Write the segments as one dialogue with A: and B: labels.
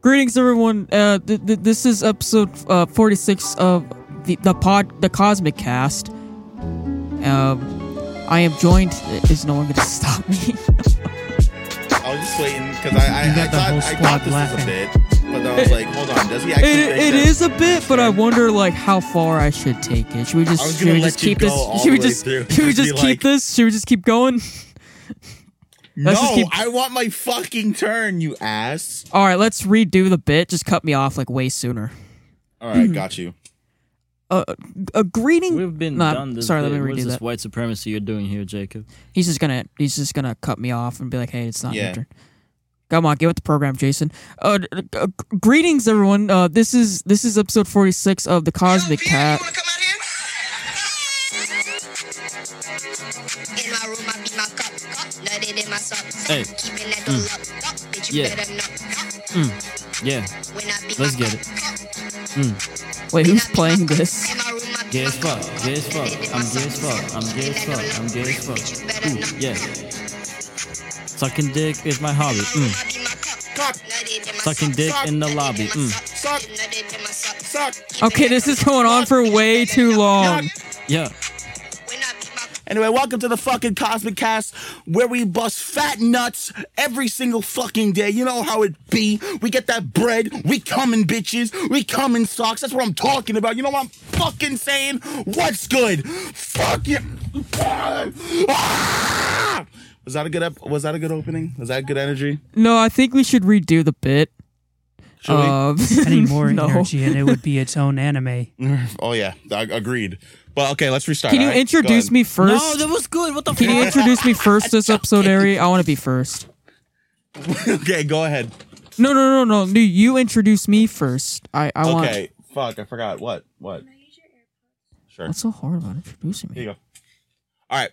A: Greetings, everyone. Uh, th- th- this is episode uh, 46 of the, the pod, the Cosmic Cast. Um, I am joined. Is no one going to stop me?
B: I was just waiting because I,
C: You
B: I,
C: got
B: I, thought,
C: the whole
B: I thought
C: squad
B: this
C: laughing.
B: was a bit, but then I was like, hold on, does he actually?
A: It,
B: think
A: it
B: that-
A: is a bit, but I wonder like how far I should take it. Should we
B: I was
A: just should
B: gonna
A: we
B: let
A: just
B: you
A: keep
B: go
A: this?
B: all
A: Should we
B: the way
A: just
B: through.
A: should we
B: Just be
A: just keep
B: like-
A: this? Should we just keep going?
B: No,
A: Let's just keep-
B: I want my fucking turn, you ass.
A: All right, let's redo the bit. Just cut me off like way sooner.
B: All right, got you.
A: Uh, a greeting.
D: We've been
A: Nah,
D: done this.
A: sorry, let
D: bit.
A: me
D: What is
A: redo
D: this
A: that.
D: white supremacy you're doing here, Jacob?
A: He's just gonna he's just gonna cut me off and be like, "Hey, it's not
B: Yeah.
A: your turn." Come on, get with the program, Jason. Uh, d- d- uh, g- greetings, everyone. Uh, this is this is episode forty six of the Cosmic Cat.
E: In my room, I beat my cup. cup nutted in my sock.
D: Hey. hmm.
E: Keeping that door locked up. Bitch, you
D: Yeah.
E: better not.
D: Yeah.
E: When I beat
D: Let's
E: my
D: get
E: cup,
D: it.
E: cup,
A: Wait,
E: when I
A: who's
E: beat my
A: playing
E: cup.
A: this?
E: In my room, I beat
D: Gay
E: my
D: as fuck.
E: cup,
D: Gay as fuck.
E: nutted in my
D: I'm gay as
E: sock.
D: fuck. I'm gay
E: Keeping
D: as
E: that
D: fuck.
E: door
D: I'm gay as
E: locked. Bitch, you
D: fuck.
E: better not.
D: Ooh, yeah. Sucking dick is my hobby. Mm.
E: I beat my cup,
B: Cock.
E: nutted in my
D: Sucking
E: sock,
D: dick
E: sock,
D: in the
E: nutted
D: lobby.
E: my
D: Mm.
E: sock, nutted in my sock,
B: Suck.
E: keeping
A: Okay,
E: that
A: this
E: door
A: is going on for way too long.
D: Yeah.
E: locked. When I beat my cup,
B: Anyway, welcome to the fucking Cosmic Cast, where we bust fat nuts every single fucking day. You know how it be. We get that bread. We come in bitches. We come in socks. That's what I'm talking about. You know what I'm fucking saying? What's good? Fuck you. Ah! Was that a good ep- Was that a good opening? Was that good energy?
A: No, I think we should redo the bit. Um,
B: Should we?
C: Any more
A: no.
C: energy and it would be its own anime.
B: Oh yeah, I- agreed. But okay, let's restart.
A: Can you
B: alright? Go
A: introduce
B: ahead.
A: me
D: No,
A: first?
D: that was good. What the
A: Can you
D: fuck?
A: introduce me first this episode, Ari? I want to be first.
B: okay, go ahead.
A: No, no, no, no. No, you introduce me first. I, I want.
B: Okay, fuck, I forgot. What? What? Sure.
A: What's so hard about introducing me?
B: Here you go. All right.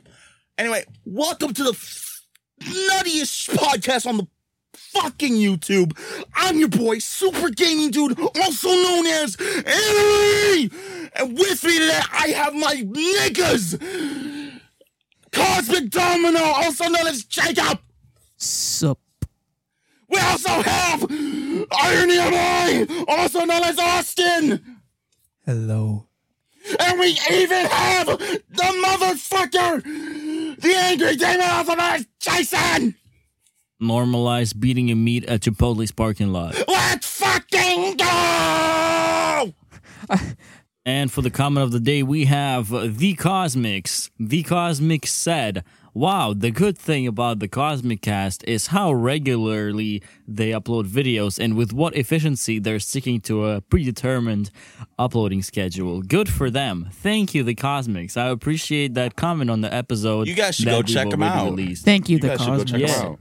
B: Anyway, welcome to the f- nuttiest podcast on the fucking YouTube. I'm your boy, Super Gaming Dude, also known as Anime. And with me today, I have my niggas, Cosmic Domino, also known as Jacob.
A: Sup?
B: We also have Irony of Eye, also known as Austin.
C: Hello.
B: And we even have the motherfucker, the angry demon of the night, Jason.
D: Normalize beating your meat at Chipotle's parking lot.
B: Let's fucking go!
D: And for the comment of the day, we have uh, The Cosmics. The Cosmics said, Wow, the good thing about the Cosmic Cast is how regularly they upload videos and with what efficiency they're sticking to a predetermined uploading schedule. Good for them. Thank you, The Cosmics. I appreciate that comment on the episode.
B: You guys should
D: that
B: go
D: we've
B: check 'em
D: already
B: out.
D: Released.
A: Thank you,
B: You
A: the
B: guys should go check
A: Cosmos.
D: them
B: him
D: Yeah.
B: out.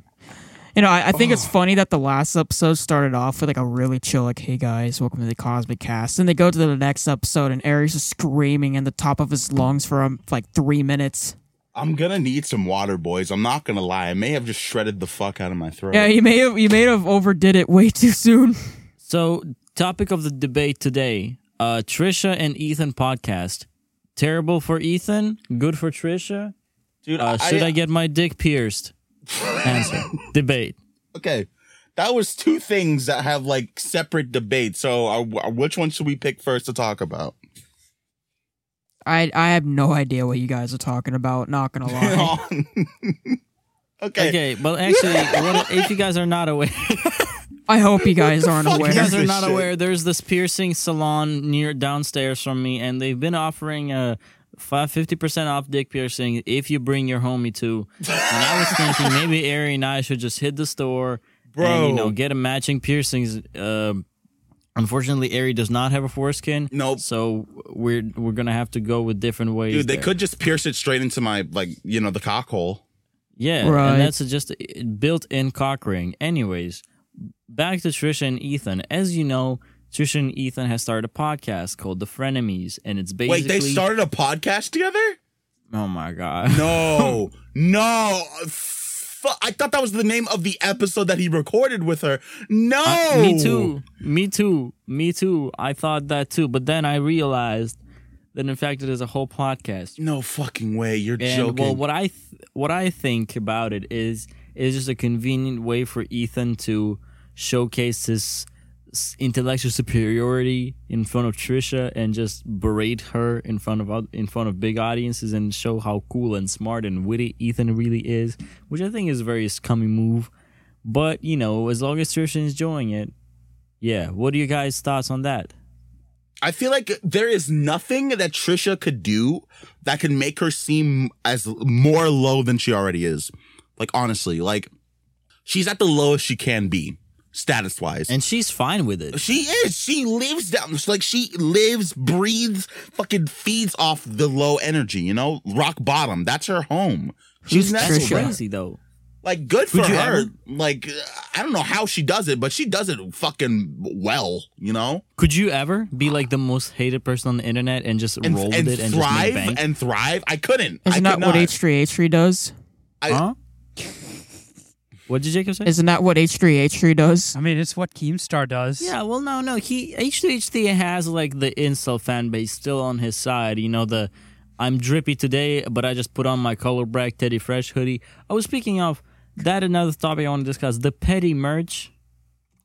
A: You know, I, I
B: Oh.
A: think it's funny that the last episode started off with like a really chill, like, "Hey guys, welcome to the Cosmic Cast," and they go to the next episode, and Aries is screaming in the top of his lungs for um, like three minutes.
B: I'm gonna need some water, boys. I'm not gonna lie. I may have just shredded the fuck out of my throat.
A: Yeah, you may have you may have overdid it way too soon.
D: So, topic of the debate today: uh, Trisha and Ethan podcast. Terrible for Ethan, good for Trisha.
B: Dude,
D: Uh, should I, get my dick pierced? Answer. debate.
B: Okay. That was two things that have like separate debates. So, uh, wh- which one should we pick first to talk about?
A: I I have no idea what you guys are talking about. Not gonna lie.
B: okay.
D: Okay, but actually, what, if you guys are not aware,
A: I hope you guys aren't
B: fuck
D: you
A: aware.
D: guys are
B: This
D: not
B: shit.
D: aware, there's this piercing salon near downstairs from me, and they've been offering a. five- 50% off dick piercing if you bring your homie too. And I was thinking maybe Ari and I should just hit the store and
B: Bro.
D: you know get a matching piercings. Um unfortunately, Ari does not have a foreskin.
B: Nope.
D: So we're we're gonna have to go with different ways.
B: Dude, they
D: there.
B: could just pierce it straight into my like, you know, the cock hole.
D: Yeah,
A: Right.
D: and that's just a built-in cock ring. Anyways, back to Trisha and Ethan. As you know, Trisha and Ethan has started a podcast called The Frenemies, and it's basically
B: Wait, they started a podcast together?
D: Oh my god!
B: No, no. Fu- I thought that was the name of the episode that he recorded with her. No,
D: Uh, me too, me too, me too. I thought that too, but then I realized that in fact it is a whole podcast.
B: No fucking way. You're
D: And
B: joking.
D: well, what I th- what I think about it is is just a convenient way for Ethan to showcase his s- intellectual superiority in front of Trisha and just berate her in front of oth- in front of big audiences and show how cool and smart and witty Ethan really is, which I think is a very scummy move. But you know, as long as Trisha is enjoying it, yeah. What are you guys' thoughts on that?
B: I feel like there is nothing that Trisha could do that could make her seem as more low than she already is. Like honestly, like she's at the lowest she can be status wise.
D: And she's fine with it.
B: She is. She lives down. Like she lives, breathes, fucking feeds off the low energy. You know, rock bottom. That's her home. She's
D: That's
B: that's
A: Trisha?
D: crazy though.
B: like good for
D: Would you
B: her.
D: ever-
B: Like I don't know how she does it, but she does it fucking well. You know,
D: Could you ever be like the most hated person on the internet and just
B: and,
D: roll
B: and
D: with it and just make
B: thrive
D: bank?
B: and thrive. I couldn't. I
A: Isn't
B: could
A: that
B: not.
A: what H3H3 does?
B: I-
D: huh? What did Jacob say?
A: Isn't that what H3H3 does?
C: I mean, it's what Keemstar does.
D: Yeah, well, no, no. He H2HT has like the incel fan base still on his side. You know the I'm drippy today, but I just put on my color black Teddy Fresh hoodie. I was speaking of that another topic I want to discuss the petty merch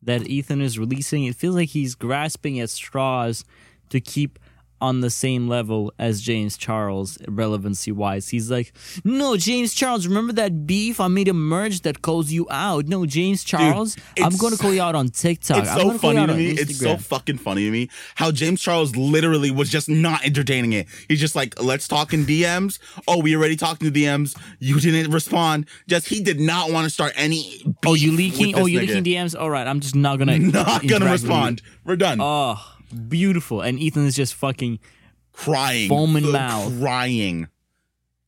D: that Ethan is releasing. It feels like he's grasping at straws to keep on the same level as James Charles relevancy wise. He's like, "No, James Charles, remember that beef? I made a merge that calls you out. No, James Charles, I'm
B: it's-
D: going to call you out on TikTok.
B: It's
D: I'm
B: so
D: gonna call you
B: funny
D: out
B: to
D: on
B: me. It's so
D: Instagram."
B: fucking funny to me how James Charles literally was just not entertaining it. He's just like, let's talk in DMs. Oh, we already talked in DMs. You didn't respond. Just he did not want to start any.
D: Oh, you
B: beef
D: leaking?
B: with
D: Oh,
B: this
D: you
B: nigga.
D: leaking DMs? All right, I'm just not gonna interact
B: Not
D: with you.
B: gonna respond. We're done.
D: Oh, beautiful. And Ethan is just fucking,
B: crying,
D: foam in
B: Ugh,
D: mouth.
B: crying.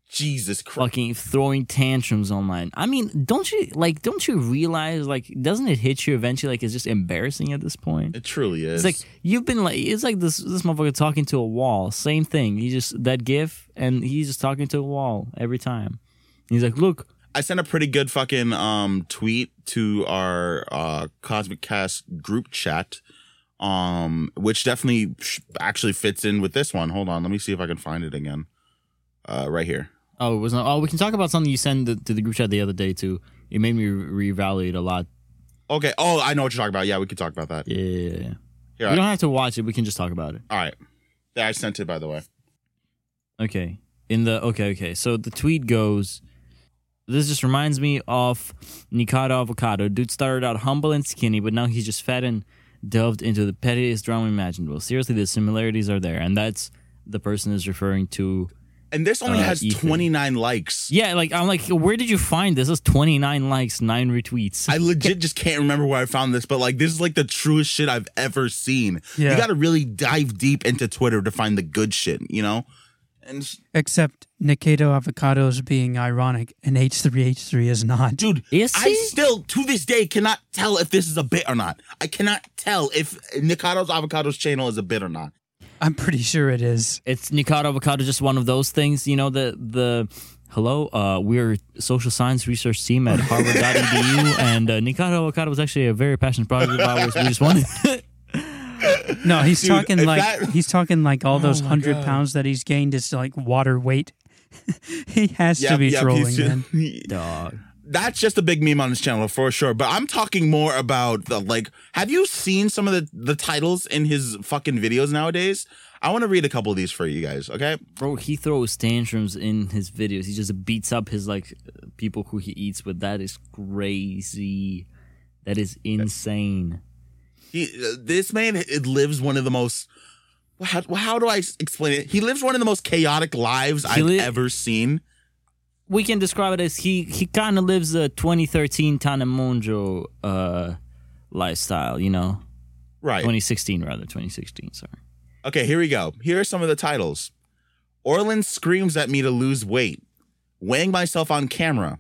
B: Jesus Christ!
D: fucking throwing tantrums online. I mean, don't you like? Don't you realize like? Doesn't it hit you eventually? Like, it's just embarrassing at this point.
B: It truly is.
D: It's like you've been like it's like this this motherfucker talking to a wall. Same thing. He just that gif and he's just talking to a wall every time. He's like, look,
B: I sent a pretty good fucking um tweet to our uh Cosmic Cast group chat, um, which definitely sh- actually fits in with this one. Hold on, let me see if I can find it again. Uh, right here.
D: oh, it was not. Oh, we can talk about something you sent to, to the group chat the other day too. It made me re- reevaluate a lot.
B: Okay. Oh, I know what you're talking about. Yeah, we could talk about that.
D: Yeah, yeah, yeah.
B: Here,
D: We
B: I-
D: don't have to watch it. We can just talk about it.
B: All right. Yeah, I sent it by the way.
D: Okay. In the okay, okay. So the tweet goes This just reminds me of Nikado Avocado. Dude started out humble and skinny, but now he's just fat and delved into the pettiest drama imaginable. Seriously, the similarities are there, and that's the person is referring to.
B: And this only
D: Uh,
B: has
D: Ethan.
B: 29 likes.
D: Yeah, like I'm like, where did you find this? This is 29 likes, nine retweets.
B: I legit just can't remember where I found this, but like this is like the truest shit I've ever seen.
C: Yeah.
B: You got to really dive deep into Twitter to find the good shit, you know? And
C: Except Nikado Avocado is being ironic, and H3H3 is not.
B: dude,
D: Is
B: I
D: he?
B: still to this day cannot tell if this is a bit or not. I cannot tell if Nikado's Avocado's channel is a bit or not.
C: I'm pretty sure it is.
D: It's Nikado Avocado, just one of those things, you know, the the hello, uh, we're social science research team at harvard.edu, and uh, Nikado Avocado was actually a very passionate project of ours. We just wanted
C: No, he's
B: Dude,
C: talking
B: if
C: like
B: that- Oh
C: he's talking like all those hundred pounds that he's gained is like water weight. he has to
B: Yep,
C: be
B: yep,
C: trolling,
B: he's-
C: man.
D: dog.
B: that's just a big meme on his channel for sure. But I'm talking more about the like. Have you seen some of the the titles in his fucking videos nowadays? I want to read a couple of these for you guys. Okay.
D: Bro, he throws tantrums in his videos. He just beats up his like people who he eats with. That is crazy. That is insane.
B: He, uh, this man it lives one of the most. How, how do I s- explain it? He lives one of the most chaotic lives I've
D: li-
B: ever seen.
D: We can describe it as he he kind of lives a 2013 Tanemonjo uh lifestyle, you know.
B: Right.
D: 2016 rather, 2016, sorry.
B: Okay, here we go. Here are some of the titles. Orlin screams at me to lose weight. Weighing myself on camera.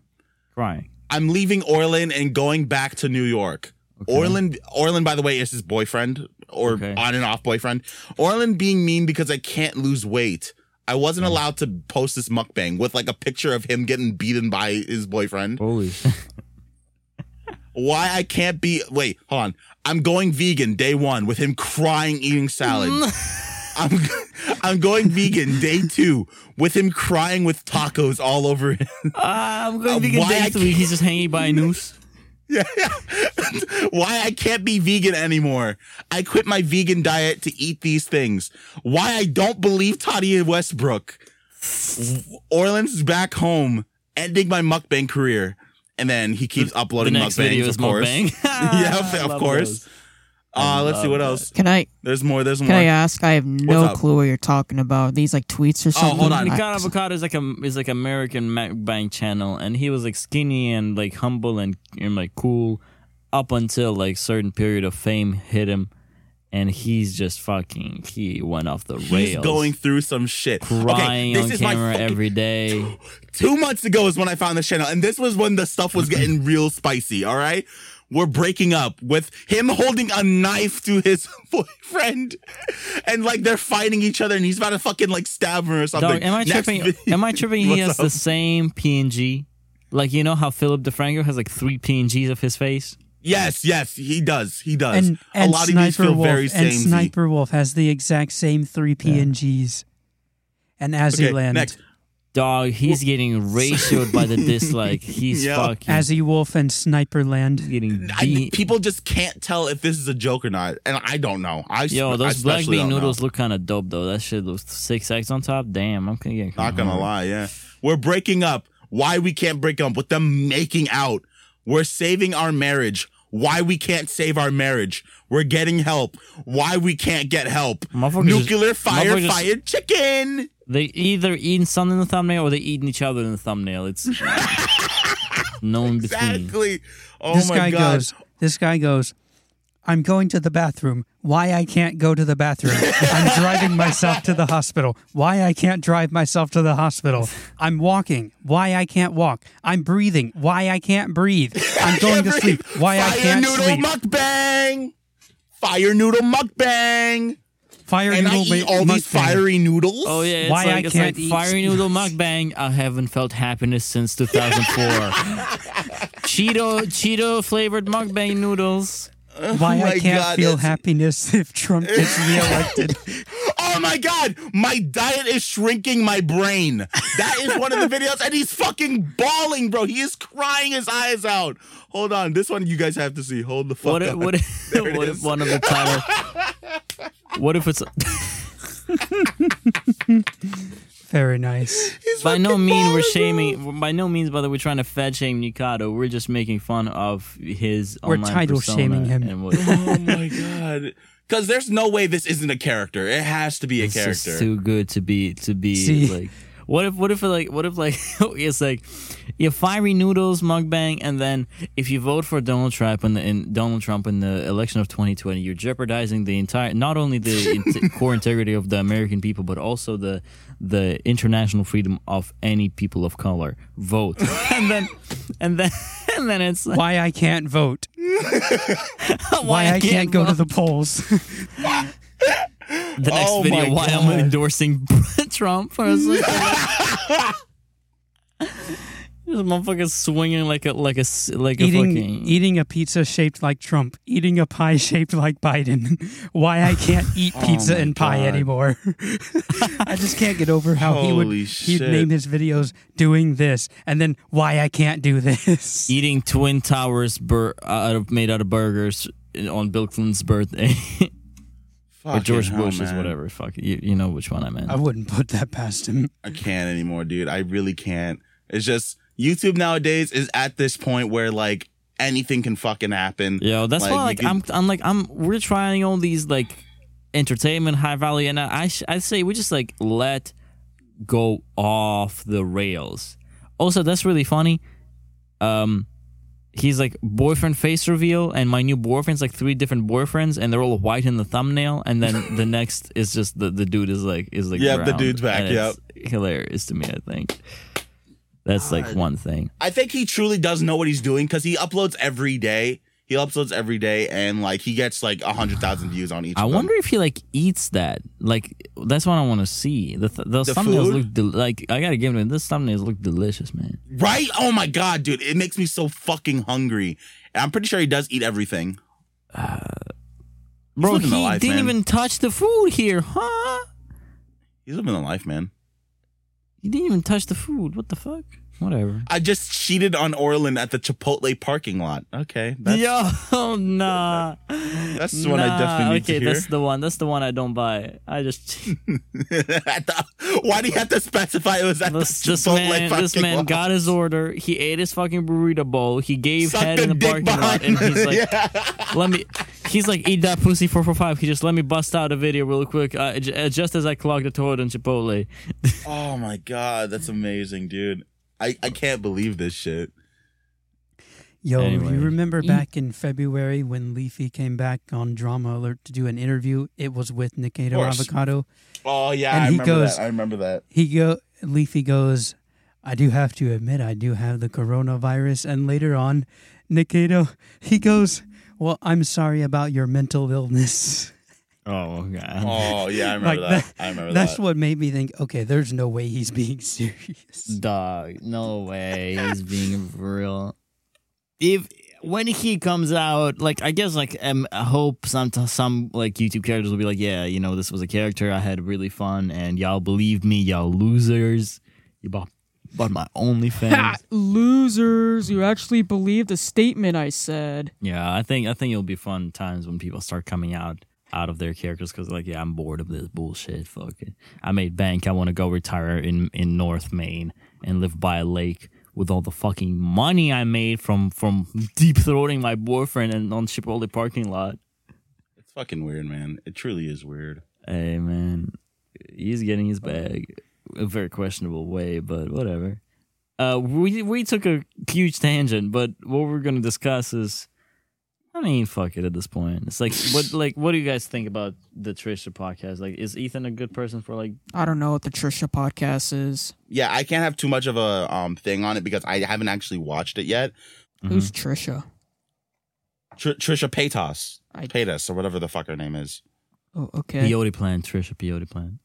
D: Crying.
B: I'm leaving Orlin and going back to New York. Orlin, Orlin, by the way, is his boyfriend or
D: Okay.
B: on and off boyfriend. Orlin being mean because I can't lose weight. I wasn't allowed to post this mukbang with like a picture of him getting beaten by his boyfriend.
D: Holy.
B: Why I can't be? Wait, hold on. I'm going vegan day one with him crying eating salad. I'm I'm going vegan day two with him crying with tacos all over him.
D: Ah, I'm going
B: Uh,
D: vegan
B: why
D: day
B: I
D: three. He's just hanging by a noose.
B: Yeah. Why I can't be vegan anymore. I quit my vegan diet to eat these things. Why I don't believe Toddy Westbrook. Orleans back home, ending my mukbang career. And then he keeps uploading
D: the next
B: mukbangs,
D: video
B: of
D: is
B: course.
D: mukbang. I
B: yeah, of
D: love
B: course.
D: those.
B: Uh, let's see
D: love
B: what
D: that.
B: else.
A: Can I
B: There's more. There's more.
A: can I ask? I have no
B: up? Oh,
A: clue what you're talking about. These like tweets or something.
B: hold on.
A: I-
D: Nikon Avocado is like a is like American mukbang channel, and he was like skinny and like humble and, and like cool up until like certain period of fame hit him, and he's just fucking he went off the rails.
B: He's going through some shit.
D: crying
B: okay, this
D: on
B: is my
D: camera
B: fucking
D: every day.
B: two months ago is when I found this channel, and this was when the stuff was getting real spicy. All right, we're breaking up with him holding a knife to his boyfriend, and like they're fighting each other, and he's about to fucking like stab her or something.
D: Dog, am I
B: Next
D: tripping?
B: video-
D: Am I tripping? He
B: What's
D: has
B: up?
D: the same PNG. Like you know how Philip DeFranco has like three PNGs of his face.
B: yes, yes, he does. He does.
C: And, and
B: a lot
C: Sniper
B: of these feel
C: Wolf,
B: very
C: And
B: samey.
C: Sniper Wolf has the exact same three PNGs. And
B: okay,
C: Azuland.
B: next.
D: Dog, he's getting ratioed by the dislike. He's
B: Yeah.
D: fucking
C: Azzy Wolf and Sniperland.
D: getting
B: I,
D: beat.
B: people just can't tell if this is a joke or not, and I don't know. I I
D: Yo, those black
B: especially
D: bean
B: don't know.
D: noodles look kind of dope though. That shit looks six eggs on top. Damn, I'm gonna get
B: Not gonna
D: kinda
C: Mm-hmm.
D: hungry.
B: lie, yeah. We're breaking up. Why we can't break up with them making out. We're saving our marriage. Why we can't save our marriage. We're getting help. Why we can't get help.
D: Motherfuckers
B: Nuclear
D: just-
B: fire
D: motherfuckers just-
B: fired chicken.
D: They either eating something in the thumbnail or they eating each other in the thumbnail. It's no in between.
B: Exactly. Oh
C: Hmm. this
B: my
C: guy
B: god.
C: goes. This guy goes. I'm going to the bathroom. Why I can't go to the bathroom? I'm driving myself to the hospital. Why I can't drive myself to the hospital? I'm walking. Why I can't walk? I'm breathing. Why I can't breathe? I'm going to sleep. Why
B: fire
C: I can't
B: noodle
C: sleep?
B: mukbang. Fire noodle mukbang.
C: Fire
B: And I
C: noodle
B: eat
C: ma-
B: all these
C: mukbang.
B: fiery noodles.
D: Oh yeah, it's
C: Why
D: like,
C: I
D: it's
C: can't
D: like
C: eat-
D: fiery noodle mukbang. I haven't felt happiness since 2004. Cheeto Cheeto flavored mukbang noodles.
C: Why I
B: Oh my
C: can't
B: God,
C: feel
B: it's-
C: happiness if Trump gets reelected?
B: Oh my god, my diet is shrinking my brain. That is one of the videos, and he's fucking bawling, bro. He is crying his eyes out. Hold on, this one you guys have to see. Hold the fuck
D: What if,
B: up.
D: what if,
B: There it
D: what
B: is.
D: if one of the title? What if it's
C: Very nice.
D: by no means we're shaming. By no means, by the way, we're trying to fat shame Nikado. We're just making fun of his.
C: We're
D: online
C: title
D: persona
C: shaming him.
D: and what-
B: oh my god, because there's no way this isn't a character. It has to be a
D: it's just
B: character.
D: too good to be to be
C: See?
D: like. What if what if like what if like it's like your fiery noodles mukbang and then if you vote for Donald Trump in the in Donald Trump in the election of 2020 you're jeopardizing the entire not only the int- core integrity of the American people but also the the international freedom of any people of color vote and then and then and then it's like,
C: Why I can't vote? Why I can't go to the polls?
D: the next
B: Oh my
D: video why I'm
B: God.
D: endorsing Trump. I was like, this motherfucker swinging like a like a s- like a
C: eating
D: fucking.
C: eating a pizza shaped like Trump, eating a pie shaped like Biden. Why I can't eat pizza
B: Oh my
C: and pie
B: God.
C: anymore. I just can't get over how he would
B: Holy
C: he'd
B: shit.
C: name his videos doing this and then why I can't do this.
D: Eating twin towers bur- out of, made out of burgers eh, on Bill Clinton's birthday or
B: Fucking
D: George
B: hell,
D: Bush's,
B: man.
D: whatever. Fuck you, you know which one I meant.
C: I wouldn't put that past him.
B: I can't anymore, dude. I really can't. It's just YouTube nowadays is at this point where like anything can fucking happen.
D: Yo, that's
B: Like,
D: why
B: you
D: like
B: could-
D: I'm I'm like I'm we're trying all these like entertainment high value and I I, sh- I say we just like let go off the rails. Also, that's really funny. Um he's like boyfriend face reveal and my new boyfriend's like three different boyfriends and they're all white in the thumbnail and then the next is just the, the dude is like is like
B: Yep, the
D: brown,
B: dude's back,
D: and it's hilarious to me I think that's like one thing
B: I think he truly does know what he's doing because he uploads every day. He uploads every day, and like he gets like a hundred thousand views on each.
D: I
B: of them.
D: wonder if he like eats that. Like that's what I want to see. The th- those
B: The
D: thumbnails
B: food?
D: look del- like I gotta give him this thumbnails look delicious, man.
B: right? Oh my god, dude, it makes me so fucking hungry. And I'm pretty sure he does eat everything.
D: Uh, Bro,
B: living
D: he
B: the life,
D: didn't
B: man.
D: even touch the food here, huh?
B: He's living the life, man.
D: You didn't even touch the food. What the fuck? Whatever.
B: I just cheated on Orlin at the Chipotle parking lot. Okay, that's
D: Yo, nah.
B: that's the one I definitely need
D: okay,
B: to hear.
D: that's the one. That's the one I don't buy. I just
B: At the- why do you have to specify it was at
D: this,
B: the
D: this
B: Chipotle
D: man
B: parking
D: this man
B: lot?
D: got his order. He ate his fucking burrito bowl. He gave
B: Sucked
D: head
B: a
D: in the
B: dick
D: parking lot,
B: behind-
D: and he's like,
B: Yeah.
D: "Let me." He's like, "Eat that pussy four four five. He just let me bust out a video real quick. Uh, j- uh, just as I clogged the toilet in Chipotle.
B: Oh my god, that's amazing, dude. I, I can't believe this shit.
C: Yo,
D: Anyway.
C: you remember back in February when Leafy came back on Drama Alert to do an interview? It was with Nikito
B: course.
C: Avocado.
B: Oh yeah,
C: And
B: I
C: he
B: remember
C: goes-
B: that. I remember that.
C: He go Leafy goes, I do have to admit I do have the coronavirus and later on Nikito he goes, Well, I'm sorry about your mental illness.
D: Oh god.
B: Oh yeah, I
C: Like
B: remember that.
C: that,
B: I remember
C: that's
B: that.
C: what made me think, okay, there's no way he's being serious.
D: Dog, no way. He's being real. If when he comes out, like I guess, like um, I hope some some like YouTube characters will be like, yeah, you know, this was a character. I had really fun, and y'all believed me, y'all losers. You bought bought my OnlyFans.
A: Losers, you actually believed the statement I said.
D: yeah, I think I think it'll be fun times when people start coming out out of their characters because like, yeah, I'm bored of this bullshit. Fuck it. I made bank. I want to go retire in in North Maine and live by a lake with all the fucking money I made from from deep throating my boyfriend and on Chipotle parking lot.
B: It's fucking weird, man. It truly is weird.
D: Hey man, he's getting his bag a very questionable way, but whatever. Uh, we we took a huge tangent, but what we're gonna discuss is, I mean, fuck it at this point. It's like what like what do you guys think about the Trisha podcast? Like, is Ethan a good person for like?
A: I don't know what the Trisha podcast is.
B: Yeah, I can't have too much of a um thing on it because I haven't actually watched it yet.
D: Mm-hmm.
A: Who's Trisha?
B: Tr- Trisha Paytas,
A: I-
B: Paytas or whatever the fuck her name is.
A: Oh, okay.
D: Peyote plan, Trisha Peyote plan.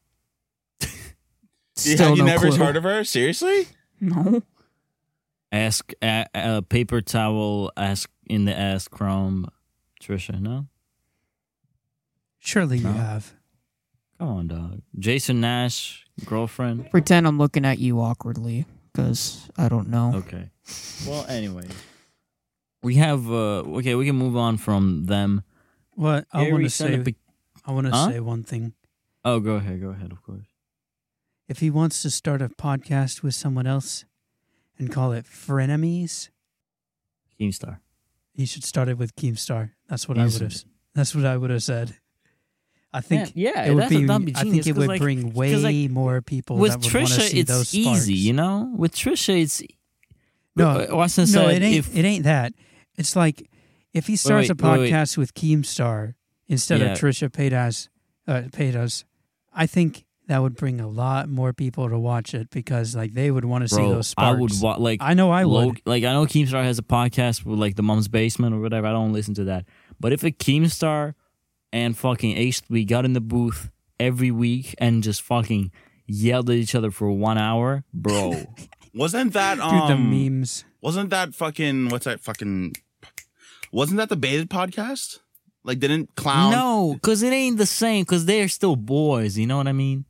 B: Yeah,
A: Still
B: you
A: no
B: never
A: clue.
B: heard of her? Seriously?
A: No.
D: Ask a, a paper towel. Ask in the ass chrome. Trisha, no,
C: Surely you
D: No.
C: have.
D: come on, dog. Jason Nash, girlfriend.
A: Pretend I'm looking at you awkwardly because I don't know.
D: Okay. Well, anyway, we have uh okay. We can move on from them.
C: What I
D: Harry
C: wanna
D: sent a
C: say
D: pic-
C: I wanna
D: Huh?
C: say one thing.
D: oh, go ahead. Go ahead. Of course.
C: If he wants to start a podcast with someone else and call it Frenemies,
D: Keemstar.
C: he should start it with Keemstar. That's what I
D: Easily.
C: would have. That's what I would have said. I think
D: Yeah, yeah,
C: it would
D: that's a-
C: be.
D: that'd be
C: I think
D: genius,
C: it
D: 'cause
C: would
D: like-
C: bring
D: 'cause
C: way
D: like,
C: more people
D: With
C: Oh, that would want to
D: Trisha,
C: see those
D: it's
C: sparks.
D: easy. You know, with Trisha, it's
C: No,
D: Uh, Austin
C: no,
D: said
C: it ain't.
D: if
C: it ain't that. It's like if he starts
D: wait,
C: a
D: wait, wait.
C: podcast with Keemstar instead
D: Yeah.
C: of Trisha Paytas, uh, Paytas, I think that would bring a lot more people to watch it because like they would want to see
D: bro,
C: those
D: I
C: sparks.
D: would wa- like.
C: I know I
D: Lo-
C: would.
D: like I know Keemstar has a podcast with like the Mom's Basement or whatever. I don't listen to that. But if a Keemstar and fucking H3 got in the booth every week and just fucking yelled at each other for one hour,
B: Bro. wasn't that
C: Dude,
B: um
C: the memes.
B: wasn't that fucking what's that fucking wasn't that the baited podcast? Like didn't
C: Um,
B: clown
D: No, because it ain't the same. Because they're still boys. You know what I mean?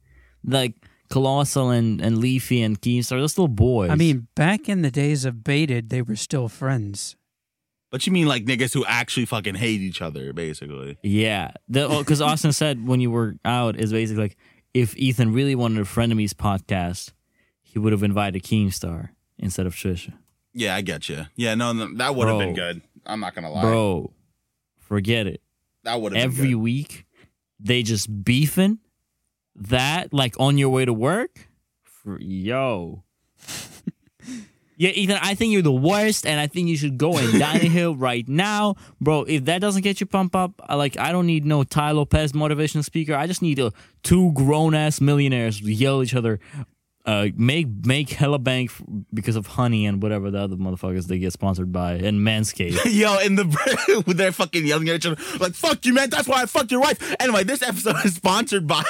D: Like Colossal and, and Leafy and Keemstar, they're still boys.
C: I mean, back in the days of Baited, they were still friends.
B: But you mean like niggas who actually fucking hate each other, basically.
D: yeah. Because Austin said when you were out is basically like if Ethan really wanted a frenemies podcast, he would have invited Keemstar instead of Trisha.
B: Yeah, I get you. Yeah, no, no that would have
D: Bro.
B: been good. I'm not gonna lie,
D: Bro, forget it.
B: That would have
D: Every
B: been
D: week, they just beefing. That like on your way to work, For- yo. yeah, Ethan, I think you're the worst, and I think you should go and die the hill right now, bro. If that doesn't get you pumped up, I like I don't need no Ty Lopez motivational speaker. I just need uh, two grown ass millionaires to yell at each other. Uh, make make hella bank f- because of honey and whatever the other motherfuckers they get sponsored by and Manscaped.
B: good. Yo, in the they're fucking yelling at each other like "fuck you, man." That's why I fucked your wife. Anyway, this episode is sponsored by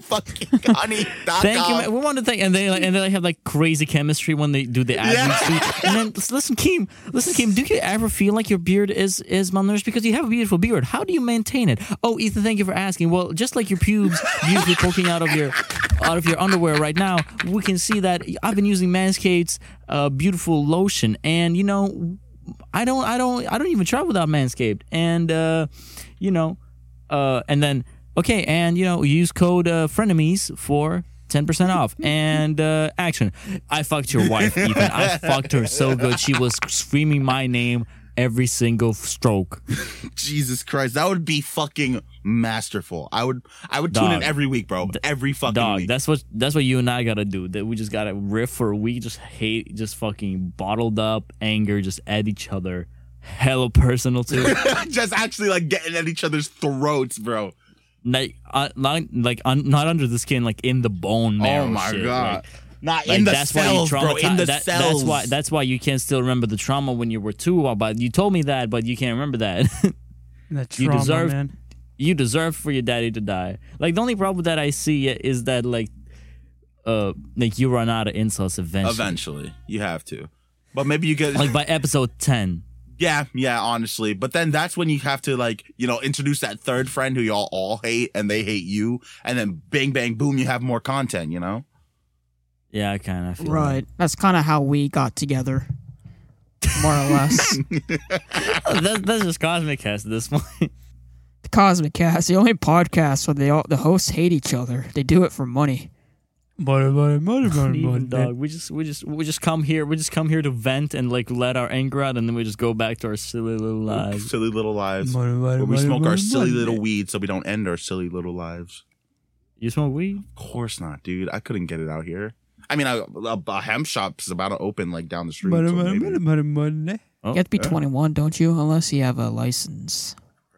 B: fucking Connie.
D: Thank you. man. We want to thank, and they like, and they like, have like crazy chemistry when they do the admin
B: Yeah.
D: suit. And then s- listen, Kim, listen, Kim, do you ever feel like your beard is is malnourished because you have a beautiful beard? How do you maintain it? Oh, Ethan, thank you for asking. Well, just like your pubes usually poking out of your out of your underwear right now, we can see that I've been using Manscaped's uh, beautiful lotion, and you know, I don't, I don't, I don't even travel without Manscaped, and uh, you know uh, and then okay, and you know, use code uh, frenemies for. 10% off and uh, action. I fucked your wife, Ethan. I fucked her so good. She was screaming my name every single stroke.
B: Jesus Christ, that would be fucking masterful. I would, I would tune in
D: Dog.
B: every week, bro. Every fucking
D: Dog,
B: week.
D: that's what that's what you and I gotta do. That we just gotta riff for a week, just hate, just fucking bottled up anger, just at each other. Hella personal too.
B: Just actually like getting at each other's throats, bro.
D: like, uh, like, like un, not under the skin, like in the bone marrow.
B: oh my
D: shit,
B: god.
D: like-
B: not
D: Like,
B: in the
D: that's
B: cells,
D: why you
B: bro. In the
D: traumatize- that-
B: cells.
D: That's why. That's why you can't still remember the trauma when you were two. uh, But you told me that, but you can't remember that.
C: The
D: You
C: trauma,
D: deserve-
C: man.
D: you deserve for your daddy to die. Like the only problem that I see is that like, uh, like you run out of insults eventually.
B: Eventually, you have to. But maybe you get
D: Like by episode ten.
B: Yeah, yeah, honestly. But then that's when you have to like, you know, introduce that third friend who y'all all hate and they hate you, and then bang bang boom, you have more content, you know?
D: Yeah, I kind of feel
A: Right. That's kind of how we got together, more or less.
D: That. That- that's just cosmic cast at this point.
A: the Cosmic Cast, the only podcast where they all the hosts hate each other. They do it for money.
C: Butter, butter, butter, butter, butter.
D: Even dog, we just we just we just come here. We just come here to vent and like let our anger out, and then we just go back to our silly little lives.
B: silly little lives.
C: Money,
B: Where
C: money,
B: we
C: money,
B: smoke our
C: money,
B: silly
C: money.
B: little weed so we don't end our silly little lives.
D: You smoke weed?
B: Of course not, dude. I couldn't get it out here. I mean, a, a, a hemp shop's about to open like down the street.
C: Butter,
B: so
C: butter,
B: maybe-
C: butter, butter, money.
D: Oh,
A: You have to be 21, don't you? Unless you have a license.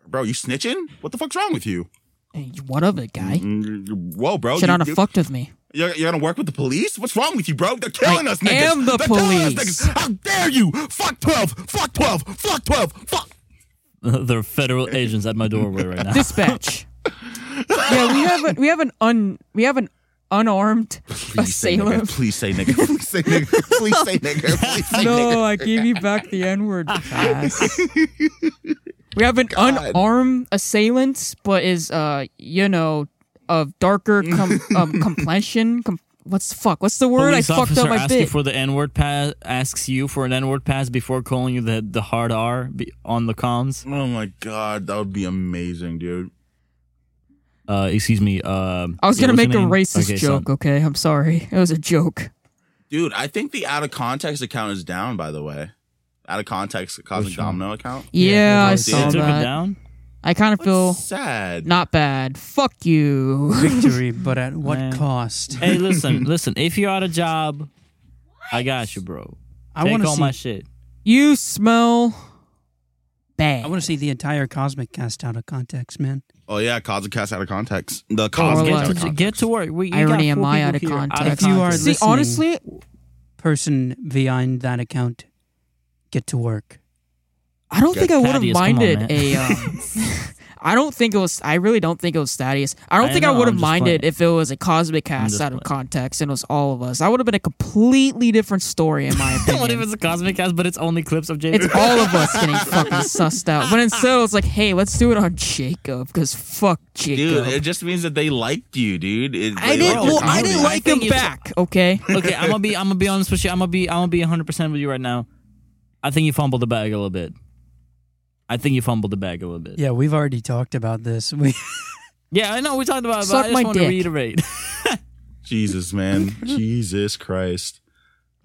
B: Bro, you snitching? What the fuck's wrong with you?
A: Hey, what of it, guy?
B: Mm, Whoa, bro.
A: Should
B: you,
A: not have
B: you-
A: fucked with me.
B: You're, you're gonna work with the police? What's wrong with you, bro? They're killing
A: I
B: us, niggas.
A: am the
B: They're killing us,
A: police.
B: niggas. How dare you? Fuck 12. Fuck 12. Fuck 12. Fuck.
D: there are federal agents at my doorway right now.
A: Dispatch. yeah, we have a, we have an un we have an unarmed assailant.
B: Please say nigga. Please say nigga. Please say nigga. Please say nigga.
A: No, I gave you back the N word. we have an unarmed assailant, but is uh you know of darker com- um, complexion. Com- what's fuck? What's the word?
D: Police
A: I fucked
D: officer
A: up my
D: asking
A: bit.
D: for the N-word pass asks you for an N-word pass before calling you the the hard R be- on the comms.
B: Oh my god, that would be amazing, dude.
D: Uh, excuse me. Um,
A: I was
D: yeah,
A: gonna
D: what's
A: make a
D: your name?
A: racist
D: Okay,
A: joke.
D: son.
A: Okay, I'm sorry. It was a joke.
B: Dude, I think the out of context account is down, by the way. Out of context Cosmic
D: Which one?
B: Domino account.
A: Yeah, I
C: I
D: They
A: saw
D: took it
A: that.
D: down.
A: I kind of feel
B: Sad.
A: not bad. Fuck you.
C: Victory, but at what
D: Man.
C: cost?
D: Hey, listen, listen. If you're out of job, I got you, bro.
C: I
D: Take
C: want to
D: all my
C: see.
D: shit.
A: You smell bad.
C: I want to see the entire cosmic cast out of context, man.
B: Oh yeah, Cosmic Cast out of context. The
A: Or
B: Cosmic
A: less.
B: out of
D: Get to,
B: context.
D: get to work. We, you
A: Irony
D: got
A: am
D: four
A: I
D: people
A: out of
D: here
A: context.
C: If you are
D: context.
A: see.
C: listening-
A: Honestly,
C: Person behind that account, get to work.
A: I don't
B: Good.
A: think I would have
D: Thaddeus, come on,
A: minded
D: man.
A: a. Um, I don't think it was. I really don't think it was Thaddeus. I don't
D: I
A: think I
D: know,
A: would
D: I'm
A: have
D: just
A: minded
D: playing.
A: if it was a cosmic cast
D: just
A: out of
D: playing.
A: context and it was all of us. I would have been a completely different story in my
D: what if
A: opinion.
D: it's a cosmic cast, but it's only clips of James?
A: it's all of us getting fucking sussed out. But instead, it was like, hey, let's do it on Jacob because fuck Jacob.
B: Dude, it just means that they liked you, dude. It-
A: I
B: they
A: didn't.
B: liked your
A: Well, I didn't
B: comedy.
A: like
D: I
A: him
D: think it's-
A: back. Okay.
D: okay, I'm gonna be I'm gonna be honest with you. I'm gonna be I'm gonna be 100 percent with you right now. I think you fumbled the bag a little bit. I think you fumbled the bag a little bit.
C: Yeah, we've already talked about this. We
D: yeah I know we talked about, it,
A: Suck
D: but I
A: my
D: just want to
A: dick.
D: reiterate.
B: Jesus, man. Jesus Christ.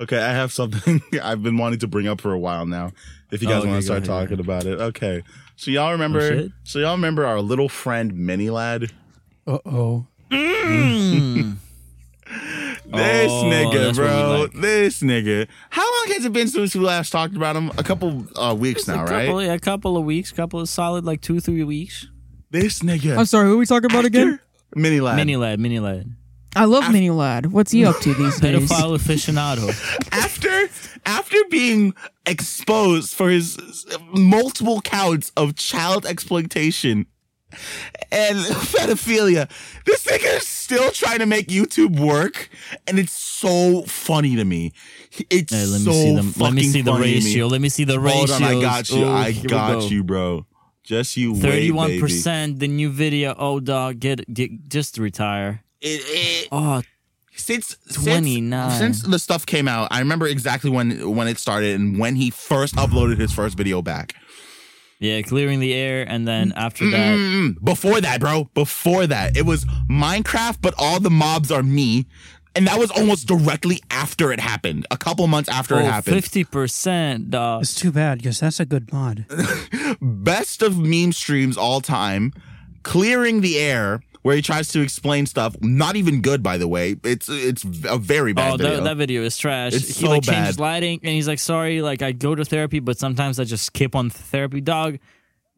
B: Okay, I have something I've been wanting to bring up for a while now. If you
D: Oh,
B: guys
D: okay,
B: want
D: go
B: to start
D: ahead, go
B: talking
D: ahead.
B: about it. Okay. So y'all
D: Oh,
B: remember
D: shit.
B: so y'all remember our little friend Mini Lad?
C: uh oh.
B: This
D: Oh,
B: nigga,
D: that's what we
B: bro.
D: like.
B: This nigga. How long has it been since we last talked about him? A couple uh, weeks now,
D: a
B: right?
D: couple, yeah, a couple of weeks, couple of solid like two three weeks.
B: This nigga.
A: I'm sorry. Who are we talking about again?
B: Mini Lad.
D: Mini lad, mini lad,
A: I love Mini Lad. What's he up to these days?
D: pedophile aficionado.
B: after after being exposed for his multiple counts of child exploitation and pedophilia. This nigga is still trying to make YouTube work, and it's so funny to me. It's
D: Hey, let me
B: so
D: see the
B: fucking
D: let me see the
B: funny to me.
D: ratio. Let me see the
B: Hold
D: ratio.
B: on, I got you. I got you, bro. Just you wait,
D: Thirty-one
B: baby.
D: percent. The new video. Oh, dog. Get, get just retire.
B: It, it,
D: Oh,
B: since since-
D: 29.
B: since the stuff came out, I remember exactly when when it started and when he first uploaded his first video back.
D: yeah. Clearing the air, and then after that,
B: Mm-mm. Mm, Before that, bro. Before that, it was Minecraft, but all the mobs are me. And that was almost directly after it happened, a couple months after it happened.
D: oh, fifty percent, dog.
C: It's too bad because that's a good mod.
B: Best of meme streams all time, clearing the air, where he tries to explain stuff. Not even good, by the way. It's it's a very bad
D: Oh,
B: video.
D: That, that video is trash.
B: It's
D: he
B: so
D: like
B: bad.
D: changed lighting and he's like, sorry, like I go to therapy, but sometimes I just skip on therapy. Dog,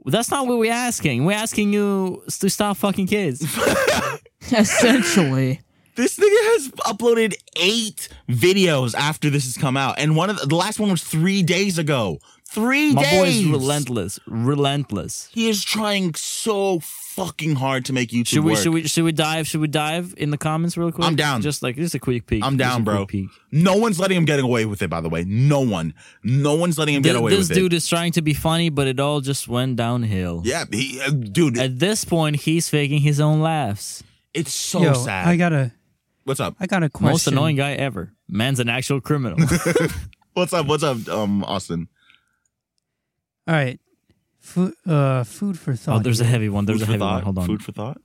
D: that's not what we're asking. We're asking you s- to stop fucking kids.
A: Essentially,
B: this nigga has uploaded eight videos after this has come out, and one of the, the last one was three days ago. Three
D: My boy
B: days.
D: is relentless. Relentless.
B: He is trying so fucking hard to make YouTube
D: Should we
B: work.
D: should we should we dive? Should we dive in the comments real quick?
B: I'm down.
D: Just like just a quick peek.
B: I'm
D: Just
B: down,
D: a quick
B: bro.
D: Peek.
B: No one's letting him get away with it. By the way, no one, no one's letting him get
D: Th-
B: away
D: this
B: with
D: dude
B: it.
D: is trying to be funny, but it all just went downhill.
B: Yeah, he, uh, dude,
D: At this point, he's faking his own laughs.
B: it's so
C: Yo,
B: sad.
C: I got a
B: What's up?
C: I got a question.
D: Most annoying guy ever. Man's an actual criminal.
B: What's up? What's up? Um, Austin.
C: All right, food uh, food for thought.
D: oh, there's a
C: here.
D: heavy one. There's
B: Food
D: a
B: for
D: heavy
B: thought.
D: one. Hold on.
B: Food for thought.
C: All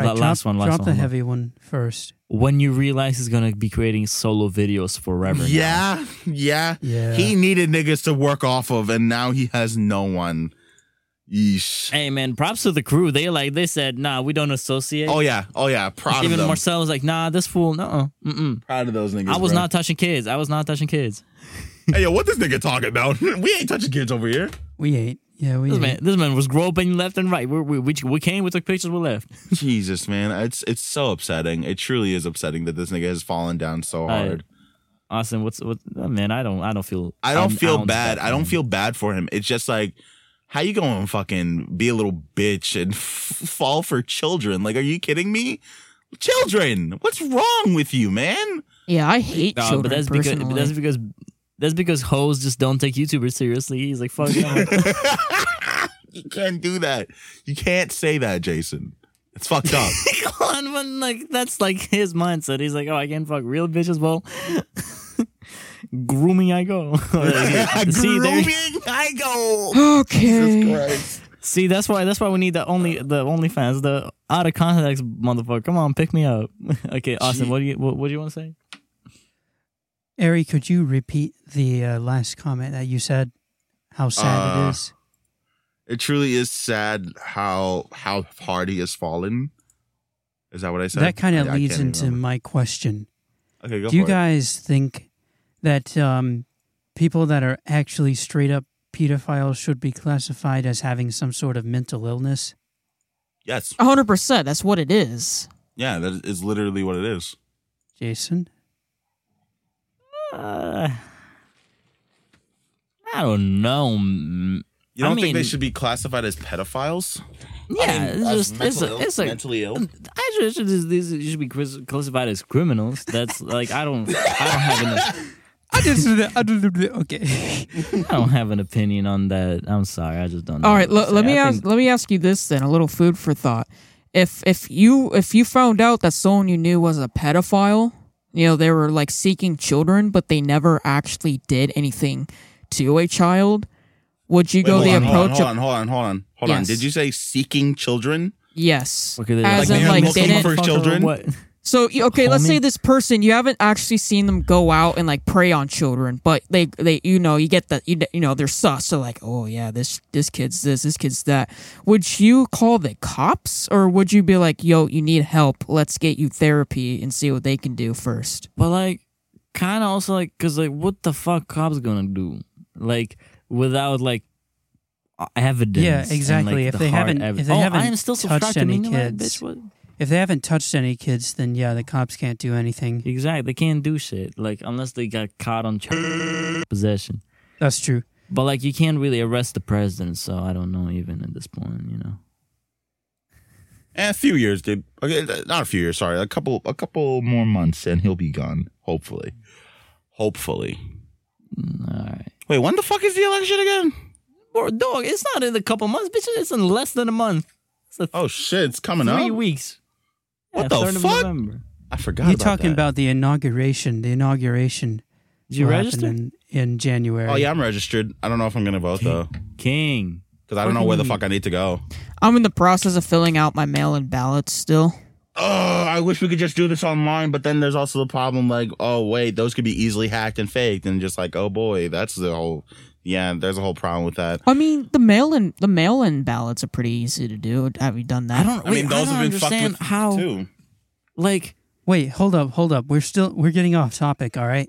C: right,
D: that
C: drop,
D: last one, last
C: drop
B: one,
C: the
D: hold on.
C: heavy one first.
D: when you realize he's gonna be creating solo videos forever. now.
B: Yeah, yeah,
C: Yeah.
B: He needed niggas to work off of, and now he has no one. Yeesh.
D: Hey man, props to the crew. They like they said, nah, we don't associate.
B: Oh yeah, oh yeah. Proud
D: Even
B: of them.
D: Marcel was like, nah, this fool, no, mm-mm.
B: Proud of those niggas.
D: I was
B: bro.
D: not touching kids. I was not touching kids.
B: Hey yo, what this nigga talking about? we ain't touching kids over here.
C: we ate. Yeah, we
D: This
B: Mm-hmm.
C: ate.
D: man, this man was groping left and right. We we we, we came, we took pictures, we left.
B: Jesus, man, it's it's so upsetting. It truly is upsetting that this nigga has fallen down so
D: I-
B: hard.
D: Austin, what's what? oh, man, I don't, I don't feel,
B: I don't
D: an
B: feel
D: ounce
B: bad.
D: bad,
B: I don't
D: man.
B: feel bad for him. It's just like, how you going to fucking be a little bitch and f- fall for children? Like, are you kidding me? Children, what's wrong with you, man?
A: yeah, I hate
D: No,
A: children
D: but that's because
A: personally.
D: but that's because that's because hoes just don't take YouTubers seriously. He's like, fuck. no.
B: You can't do that. You can't say that, Jason. It's fucked up.
D: on, but like that's like his mindset. He's like, oh, I can't fuck real bitches. Well, grooming I go. see, there-
B: Grooming, I go.
C: Mm.
A: okay.
D: see, that's why that's why we need the only the OnlyFans, the out of context motherfucker. Come on, pick me up. okay, Austin,
B: Gee.
D: what do you what, what do you want to say?
C: Ari, could you repeat the uh, last comment that you said? How sad
B: Uh,
C: it is.
B: It truly is sad how how hard he has fallen. Is that what I said?
C: That kind of
B: I- I
C: leads
B: can't
C: into
B: remember.
C: my question.
B: Okay, go
C: Do you
B: for it.
C: guys think that um, people that are actually straight up pedophiles should be classified as having some sort of mental illness?
B: Yes.
A: hundred percent. That's what it is.
B: Yeah, that is literally what it is.
C: Jason,
D: Uh, I don't know. mm,
B: You don't
D: I
B: think they
D: mean-
B: should be classified as pedophiles?
D: Yeah, it's just it's a, it's a
B: mentally ill.
D: I should, should just, these should be clas- classified as criminals. That's like I don't I don't have enough.
C: I just I okay.
D: I don't have an opinion on that. I'm sorry, I just don't. Know
A: All right,
D: what to
A: l- let
D: say.
A: me
D: I
A: ask.
D: think-
A: Let me ask you this then. A little food for thought. If if you if you found out that someone you knew was a pedophile, you know they were like seeking children, but they never actually did anything to a child, would you go
B: hold
A: the
B: on,
A: approach
B: hold on,
A: of
B: hold on, hold on, hold on.
A: Yes.
B: Did you say seeking children?
A: yes,
D: Okay, they're
A: as
B: Like
A: in
B: they're
A: like
B: looking
A: they didn't
B: for children?
D: What?
A: So y- okay, let's say
D: Homie.
A: this person you haven't actually seen them go out and like prey on children, but they they you know you get that you, d- you know they're sus. So like oh yeah this this kid's this this kid's that. Would you call the cops or would you be like yo you need help? Let's get you therapy and see what they can do first.
D: But like, kind of also like, cause like, what the fuck cops gonna do? Like, without like uh, evidence.
C: Yeah,
D: and,
C: exactly.
D: like,
C: If
D: the
C: they
D: hard
C: haven't-
D: evi-
C: if they
D: oh,
C: haven't
D: I am still
C: touched
D: subscribed to
C: any
D: me, like,
C: kids.
D: Bitch, what?
C: If they haven't touched any kids, then yeah, the cops can't do anything.
D: Exactly, they can't do shit. Like, unless they got caught on child possession.
C: That's true.
D: But like, you can't really arrest the president, so I don't know even at this point. You know.
B: Eh, a few years, dude. Okay, th- not a few years. Sorry, a couple, a couple more months, and he'll be gone. Hopefully, hopefully.
D: All right.
B: Wait, when the fuck is the election again?
D: Bro, dog, it's not in a couple months, bitch. It's in less than a month. It's a th-
B: Oh shit, it's coming
D: three
B: up.
D: weeks.
B: What
D: Yeah,
B: the
D: 3rd of
B: fuck?
D: November.
B: I forgot.
C: You're
B: about
C: talking
B: that.
C: about the inauguration. The inauguration.
D: Did you
C: will happen
D: register?
C: in, in January?
B: Oh yeah, I'm registered. I don't know if I'm gonna vote though,
D: King.
B: because I don't know where the fuck I need to go.
A: I'm in the process of filling out my mail-in ballots still.
B: Oh, I wish we could just do this online, but then there's also the problem like, oh wait, those could be easily hacked and faked, and just like, oh boy, that's the whole. Yeah, there's a whole problem with that.
A: I mean, the mail-in the mail-in ballots are pretty easy to do. Have you done that?
D: I don't.
B: I mean, those
D: I don't
B: have been fucked
D: understand
B: with
D: how.
B: too.
D: Like,
C: Wait, hold up, hold up. We're still we're getting off topic. All right.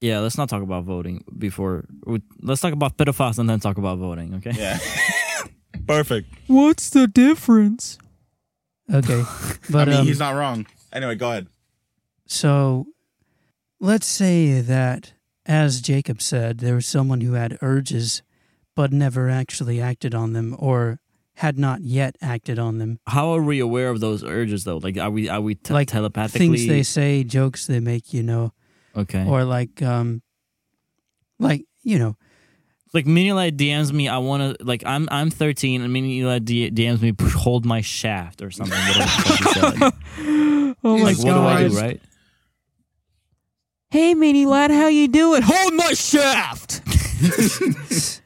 D: yeah. Let's not talk about voting before. we- Let's talk about pedophiles and then talk about voting. Okay.
B: Yeah. Perfect.
A: What's the difference?
C: Okay. But
B: I mean,
C: um,
B: he's not wrong. Anyway, go ahead.
C: So let's say that, as Jacob said, there was someone who had urges but never actually acted on them or had not yet acted on them.
D: How are we aware of those urges though? Like, are we are we te-
C: like
D: telepathically?
C: things they say, jokes they make, you know,
D: okay.
C: or like, um, like, you know,
D: Like Minula DMs me, I want to like I'm I'm 13 and Minula D- DMs me, "P- hold my shaft or something. whatever the fuck he said.
A: Oh my
D: like what do I do,
A: gosh.
D: right?
A: Hey, meanie lad, how you doing? Hold my shaft.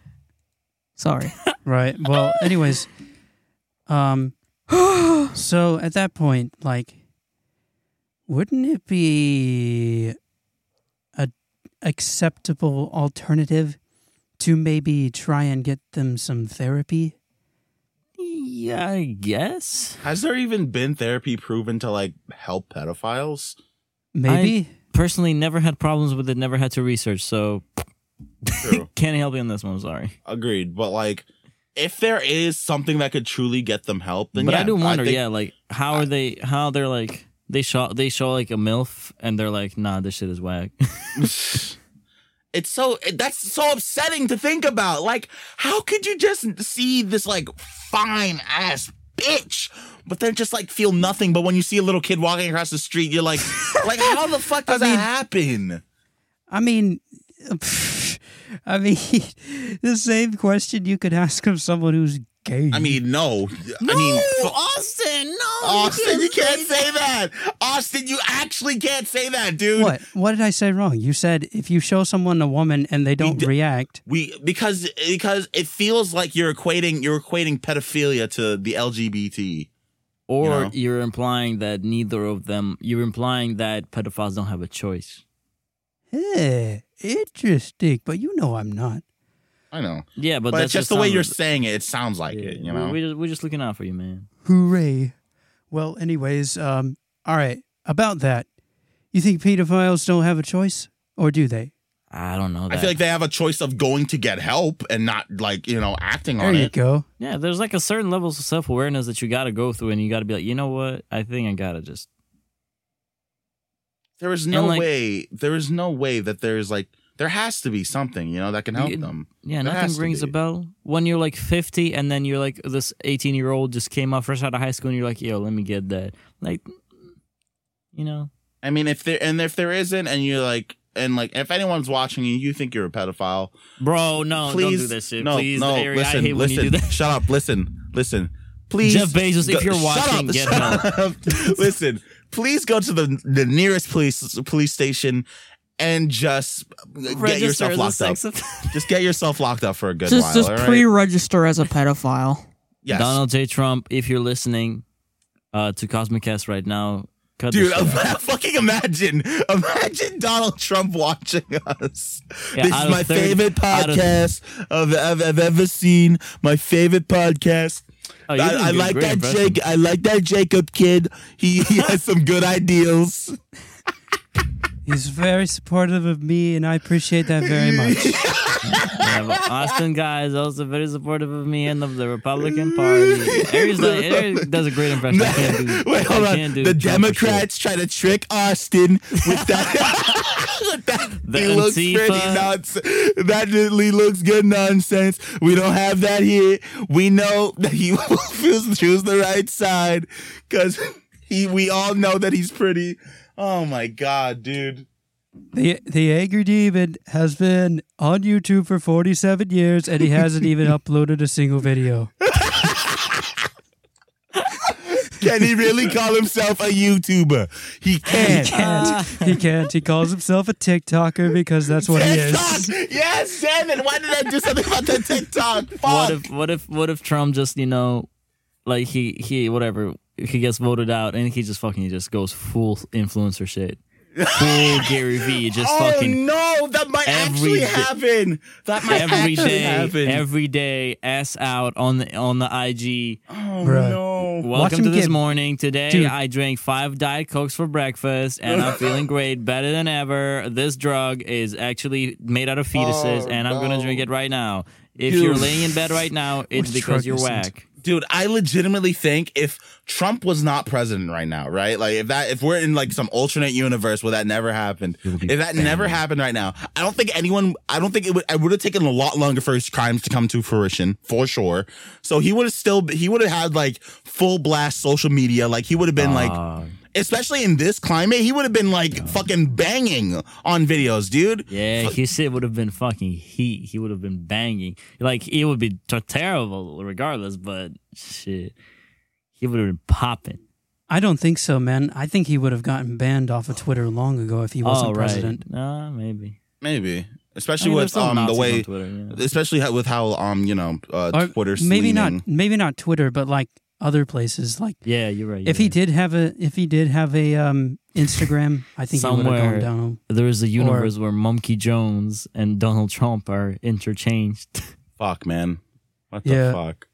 A: Sorry.
C: right. Well, anyways, um, so at that point, like, wouldn't it be a acceptable alternative to maybe try and get them some therapy?
D: Yeah, I guess.
B: Has there even been therapy proven to like help pedophiles?
C: Maybe.
D: Personally, never had problems with it, never had to research, so
B: True.
D: can't help you on this one. I'm sorry.
B: Agreed. But like, if there is something that could truly get them help, then
D: but
B: yeah,
D: I do wonder,
B: think-
D: yeah, like how are they? How they're like they show they show like a milf and they're like, nah, this shit is whack.
B: It's so it- that's so upsetting to think about. Like, how could you just see this like fine ass bitch, but then just like feel nothing? But when you see a little kid walking across the street, you're like, like how the fuck does that happen?
C: I mean, I mean, the same question you could ask of someone who's gay.
B: I mean, no. I mean, fu-
D: Austin, no,
B: Austin, you can't say that. Austin, you actually can't say that, dude.
C: what? What did I say wrong? You said if you show someone a woman and they don't react,
B: We because because it feels like you're equating you're equating pedophilia to the LGBT.
D: Or
B: You know?
D: you're implying that neither of them, you're implying that pedophiles don't have a choice.
C: eh, interesting. But you know I'm not.
B: I know,
D: Yeah, but,
B: but,
D: that's
B: it's just the way
D: sound-
B: you're saying it. It sounds like
D: Yeah,
B: it, you
D: we-
B: know.
D: We're just, we're just looking out for you, man.
C: Hooray. Well, anyways, um, all right. About that, you think pedophiles don't have a choice, or do they?
D: I don't know. That.
B: I feel like they have a choice of going to get help and not like you know acting
C: There
B: on
C: you
B: it.
C: go.
D: yeah, there's like a certain level of self awareness that you got to go through, and you got to be like, you know what? I think I gotta just.
B: There is no
D: And, like-
B: way. There is no way that there is like there has to be something you know that can help
D: You-
B: them.
D: Yeah,
B: There has
D: nothing
B: to
D: rings a
B: be.
D: bell when you're like 50, and then you're like this 18 year old just came out fresh out of high school, and you're like, yo, let me get that. Like, you know,
B: I mean, if there and if there isn't, and you're like and like if anyone's watching and you think you're a pedophile,
D: bro, no,
B: please
D: Oh, don't do this shit.
B: No,
D: please,
B: no,
D: Larry,
B: listen,
D: I hate when
B: listen,
D: you do that.
B: Shut up, listen, listen. Please,
D: Jeff Bezos, if you're watching, get
B: help. listen, please go to the the nearest police police station and just get
D: Register
B: yourself
D: as a
B: locked up.
D: sex offender.
B: Just get yourself locked up for a good
A: Just
B: while.
A: just
B: all right?
A: pre-register as a pedophile.
B: yes.
D: Donald J. Trump, if you're listening uh, to Cosmicast right now, cut
B: Dude,
D: this shit out.
B: ima- fucking imagine. Imagine Donald Trump watching us.
D: Yeah,
B: this
D: out
B: is
D: of
B: my
D: thirty-
B: favorite
D: out of-
B: podcast of, I've, I've ever seen. My favorite podcast.
D: Oh, you're doing
B: I, I
D: good.
B: like
D: Great
B: that
D: impression.
B: Jake. I like that Jacob kid. He, he has some good ideals.
C: He's very supportive of me, and I appreciate that very much.
D: Yeah, but Austin guy is also very supportive of me and of the Republican Party. Aries, does- Aries does a great impression. I can't do,
B: Wait, hold
D: I
B: on.
D: can't do
B: The
D: Trump for sure.
B: Democrats try to trick Austin with that. with that
D: The
B: he looks pretty
D: Antifa.
B: nonsense. That really looks good nonsense. We don't have that here. We know that he will choose- choose the right side because he. We all know that he's pretty. Oh my god, dude.
C: The the Angry Demon has been on YouTube for 47 years, and he hasn't even uploaded a single video.
B: Can he really call himself a YouTuber? He
C: He
B: can.
C: can't. He can't. He calls himself a TikToker because that's what he is.
B: TikTok! Yes, damn it. Why did I do something about the TikTok? Fuck.
D: What if what if what if Trump just you know, like he he whatever he gets voted out and he just fucking just goes full influencer shit, full Gary V, just
B: oh
D: fucking
B: no, that might actually
D: every di-
B: happen. That might
D: every
B: actually
D: day
B: happen.
D: every day ass out on the on the IG.
B: oh
C: Bruh.
B: no.
C: Watch
D: Welcome
C: him
D: to this
C: get-
D: morning. Today
C: Dude.
D: I drank five Diet Cokes for breakfast and I'm feeling great, better than ever. This drug is actually made out of fetuses
B: Oh,
D: and I'm
B: no.
D: gonna drink it right now. If
B: Dude.
D: you're laying in bed right now, it's
C: Which
D: because
C: drug
D: you're
C: isn't?
D: whack.
B: Dude, I legitimately think if Trump was not president right now, right? Like if that if we're in like some alternate universe where that never happened. If that never happened right now, I don't think anyone I don't think it would it would have taken a lot longer for his crimes to come to fruition, for sure. So he would have still he would have had like full blast social media. Like he would have been like
D: Uh,
B: especially in this climate, he would have been like fucking banging on videos, dude.
D: yeah, his shit would have been fucking heat. He would have been banging. Like it would be t- terrible regardless, but shit, he would have been popping.
C: I don't think so, man. I think he would have gotten banned off of Twitter long ago if he wasn't
D: All right,
C: president.
D: Uh, maybe.
B: Maybe,
D: I
B: especially
D: mean, there's
B: with
D: some
B: um the
D: Nazis
B: way,
D: on Twitter, yeah.
B: especially how, with how um you know uh,
C: Or
B: Twitter
C: maybe
B: leaning.
C: not. Maybe not Twitter, but like other places. Like
D: Yeah, you're right.
C: if
D: you're
C: he
D: right.
C: did have a if he did have a um Instagram, I think he would have
D: Somewhere-
C: gone down.
D: There is a universe where Monkey Jones and Donald Trump are interchanged.
B: Fuck, man. What the
C: Yeah.
B: fuck?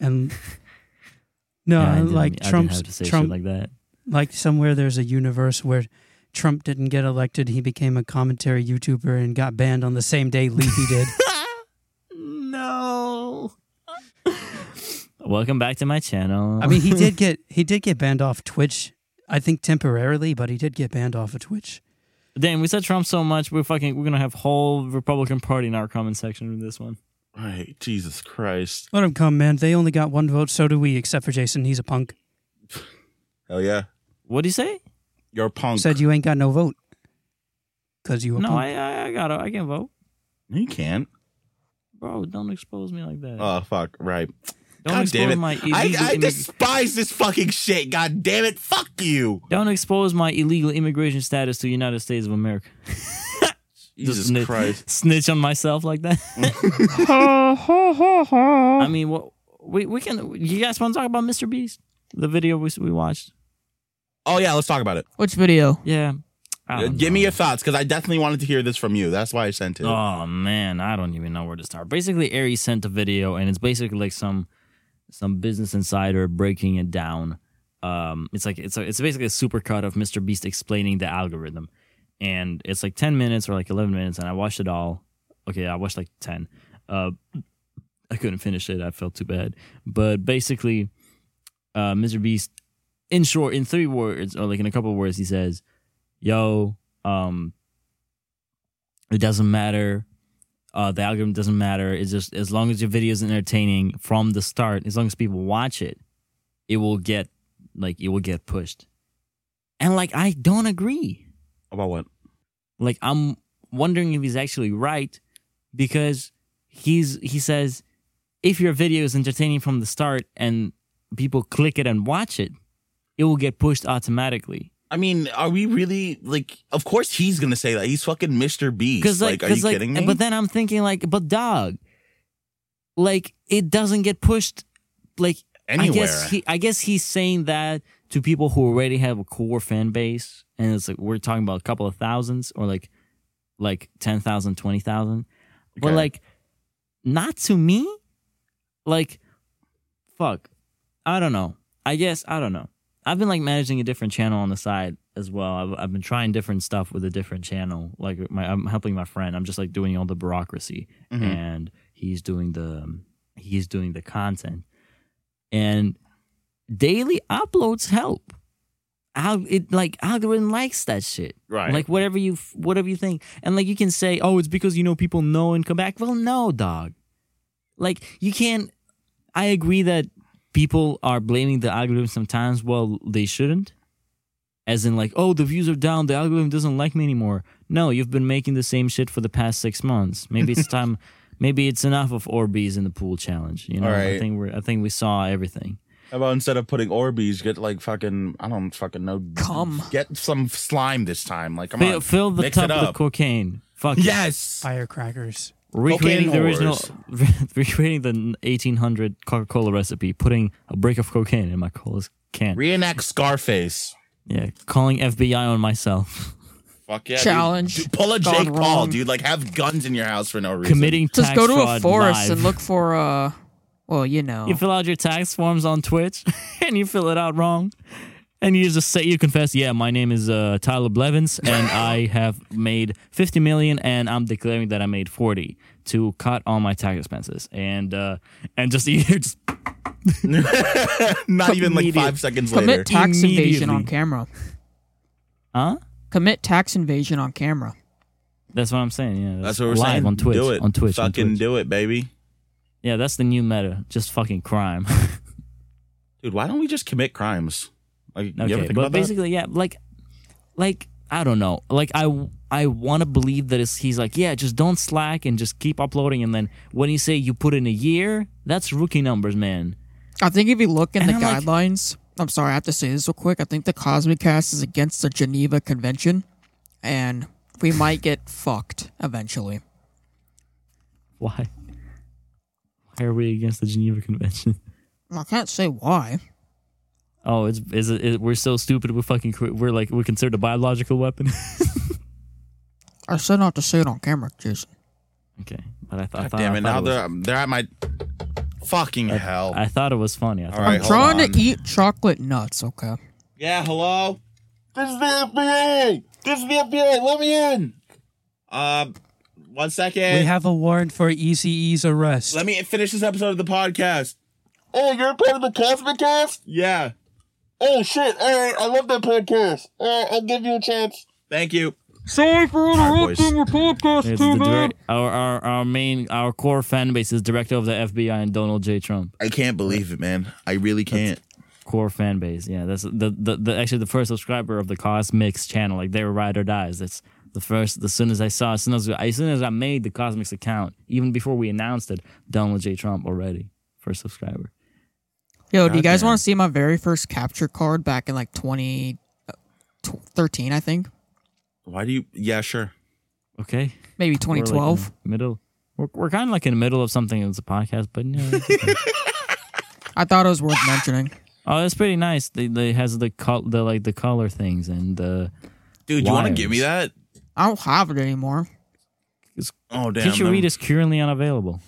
C: And no,
D: Yeah, I didn't- I
C: like
D: didn't
C: Trump's
D: have to say shit
C: Trump
D: like that.
C: like somewhere there's a universe where Trump didn't get elected. He became a commentary YouTuber and got banned on the same day Leafy did.
D: No. Welcome back to my channel.
C: I mean, he did get he did get banned off Twitch. I think temporarily, but he did get banned off of Twitch.
D: damn, we said Trump so much. We're fucking. We're gonna have whole Republican Party in our comment section with this one.
B: Right, Jesus Christ.
C: Let him come, man. They only got one vote, so do we. Except for Jason, he's a punk.
B: Hell yeah,
D: What do you say?
B: you're a punk.
C: Said you ain't got no vote because you a
D: No,
C: punk.
D: I, I, I gotta. I can vote,
B: No, you can't.
D: bro. Don't expose me like that.
B: Oh fuck. Right.
D: don't
B: God
D: expose
B: damn it.
D: my illegal.
B: I, I
D: immig-
B: despise this fucking shit. God damn it. Fuck you.
D: don't expose my illegal immigration status to the United States of America. Just
B: Jesus
D: sni-
B: Christ.
D: Snitch on myself like that. I mean, what we we can. You guys want to talk about Mr. Beast? The video we we watched.
B: Oh yeah, let's talk about it.
A: Which video?
D: Yeah. I
B: Uh,
D: don't
B: Give
D: know.
B: me your thoughts, because I definitely wanted to hear this from you. That's why I sent it.
D: Oh man, I don't even know where to start. Basically, Aries sent a video, and it's basically like some some Business Insider breaking it down. Um, it's like it's a, it's basically a supercut of Mr. Beast explaining the algorithm, and it's like ten minutes or like eleven minutes, and I watched it all. Okay, I watched like ten. Uh, I couldn't finish it. I felt too bad. But basically, uh, Mr. Beast, in short, in three words or like in a couple of words, he says, "Yo, um, it doesn't matter." Uh, the algorithm doesn't matter. It's just as long as your video is entertaining from the start, as long as people watch it, it will get like it will get pushed. And like I don't agree
B: About what?
D: like i'm wondering if he's actually right because he's he says if your video is entertaining from the start and people click it and watch it it will get pushed automatically
B: I mean, are we really like? Of course, he's gonna say that. He's fucking Mr. Beast.
D: because
B: like,
D: like,
B: are
D: 'cause,
B: you
D: like eh,
B: kidding me?
D: but then i'm thinking like but dog like it doesn't get pushed like
B: anywhere.
D: I guess, he, I guess he's saying that to people who already have a core fan base, and it's like we're talking about a couple of thousands or like like 10,000, 20,000. But
B: Okay.
D: like, not to me. Like, fuck. I don't know. I guess I don't know. I've been like managing a different channel on the side as well. I've, I've been trying different stuff with a different channel. Like my, I'm helping my friend. I'm just like doing all the bureaucracy,
B: Mhm.
D: and he's doing the um, he's doing the content, and daily uploads help. Al- it like algorithm likes that shit.
B: Right.
D: Like whatever you whatever you think, and like you can say, oh, it's because you know people know and come back. Well, no, dog. Like you can't. I agree that people are blaming the algorithm sometimes. Well, they shouldn't. As in, like, oh, the views are down. The algorithm doesn't like me anymore. No, you've been making the same shit for the past six months. Maybe it's time. Maybe it's enough of Orbeez in the pool challenge. You know,
B: All
D: I
B: right.
D: think we're. I think we saw everything.
B: How about instead of putting Orbeez, get like fucking I don't fucking know.
A: Cum.
B: Get some slime this time. Like come
D: Fill,
B: on,
D: fill the
B: mix
D: tub
B: it
D: with
B: up.
D: cocaine. Fuck it.
B: yes.
C: Firecrackers.
D: recreating the
B: Cocaine
D: original,
B: wars.
D: recreating the 1800 Coca-Cola recipe, putting a brick of cocaine in my cola's can.
B: Reenact Scarface.
D: yeah, calling FBI on myself,
B: Fuck yeah. dude.
A: Challenge
B: Dude, pull a
A: gone
B: Jake Paul,
A: wrong.
B: dude. Like have guns in your house for no reason.
D: committing
A: Just
D: tax
A: go to a
D: fraud
A: forest
D: live.
A: and look for uh well, you know.
D: You fill out your tax forms on Twitch, and you fill it out wrong, and you just say you confess. Yeah, my name is uh, Tyler Blevins, and I have made 50 million, and I'm declaring that I made 40 to cut all my tax expenses, and uh, and just you just
B: Not even like
D: Immediate-
B: five seconds later.
A: Commit tax invasion
D: Immediately.
A: on camera.
D: huh.
A: Commit tax invasion on camera.
D: That's what I'm saying. Yeah,
B: That's what we're
D: live
B: saying.
D: on Twitch.
B: Do it.
D: On Twitch. on
B: Fucking
D: Twitch.
B: do it, baby.
D: Yeah, that's the new meta. Just fucking crime.
B: Dude, why don't we just commit crimes? Like, you ever
D: okay,
B: think
D: but
B: about that?
D: basically, yeah, like, like I don't know. Like I, I want to believe that it's, he's like, yeah, just don't slack and just keep uploading. And then when you say you put in a year, that's rookie numbers, man.
A: I think if you look in
D: And
A: the
D: I'm like-
A: guidelines, I'm sorry, I have to say this real quick. I think the Cosmic Cast is against the Geneva Convention, and we might get fucked eventually.
D: Why? Why are we against the Geneva Convention?
A: I can't say why.
D: Oh, it's is it, it- we're so stupid. We're fucking. cr- We're like we're considered a biological weapon.
A: I said not to say it on camera, Jason.
D: okay, but I, thought. I
B: God
D: thought.
B: damn
D: I
B: it!
D: thought
B: Now
D: was-
B: they're they're at my fucking hell.
D: I thought it was funny. I thought
B: All right,
A: I'm
B: hold
A: trying
B: on.
A: to eat chocolate nuts, okay?
B: Yeah, hello? This is the FBI! This is the FBI! Let me in! Um, one second.
C: We have a warrant for ECE's arrest.
B: Eh. Let me finish this episode of the podcast. Oh, you're a part of the Cosmic Cast? Yeah. Oh, shit. All right. I love that podcast. All right, I'll give you a chance. Thank you.
A: Sorry for
B: interrupting
A: your podcast
D: It's the direct, our, our our main our core fan base is director of the FBI and Donald J. Trump.
B: I can't believe it, man. I really can't.
D: Core fan base, yeah. That's the, the, the actually the first subscriber of the Cosmics channel. Like they were ride or dies. That's the first. As soon as I saw, as soon as as soon as I made the Cosmics account, even before we announced it, Donald J. Trump already first subscriber.
A: Yo, do you guys
B: Goddamn.
A: want to see my very first capture card back in like 2013, I think?
B: Why do you? Yeah, sure.
D: Okay,
A: Maybe
D: We're, like, in
A: 2012.
D: the middle. We're, we're kind of like in the middle of something. It's a podcast, but no. it's okay.
A: I thought it was worth mentioning.
D: oh, that's pretty nice. They, they has the col- the like the color things and uh,
B: Dude, you want to
D: Wires.
B: give me that?
A: I don't have it anymore.
B: Oh, damn.
D: teacher
B: then-
D: read is currently unavailable.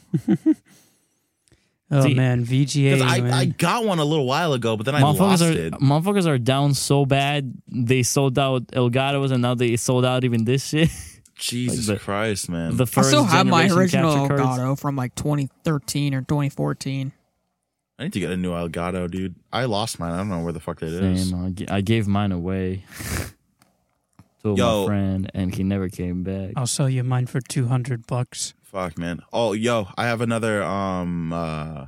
C: oh
D: See,
C: man, VGA.
B: 'Cause I,
C: man.
B: I got one a little while ago, but then I
D: motherfuckers
B: lost
D: are
B: it.
D: motherfuckers are down so bad they sold out Elgatos and now they sold out even this shit.
B: Jesus
D: Like the-
B: Christ, man.
D: the
A: I
D: first
A: still have my
D: generation
A: original
D: capture cards.
A: Elgato from like 2013 or 2014.
B: I need to get a new Elgato, dude. I lost mine. I don't know where the fuck that is.
D: Same, I g- I gave mine away to
B: Yo.
D: my friend and he never came back.
A: Oh.
C: I'll sell you mine for two hundred bucks.
B: Fuck, man. Oh, yo, I have another. Um, uh,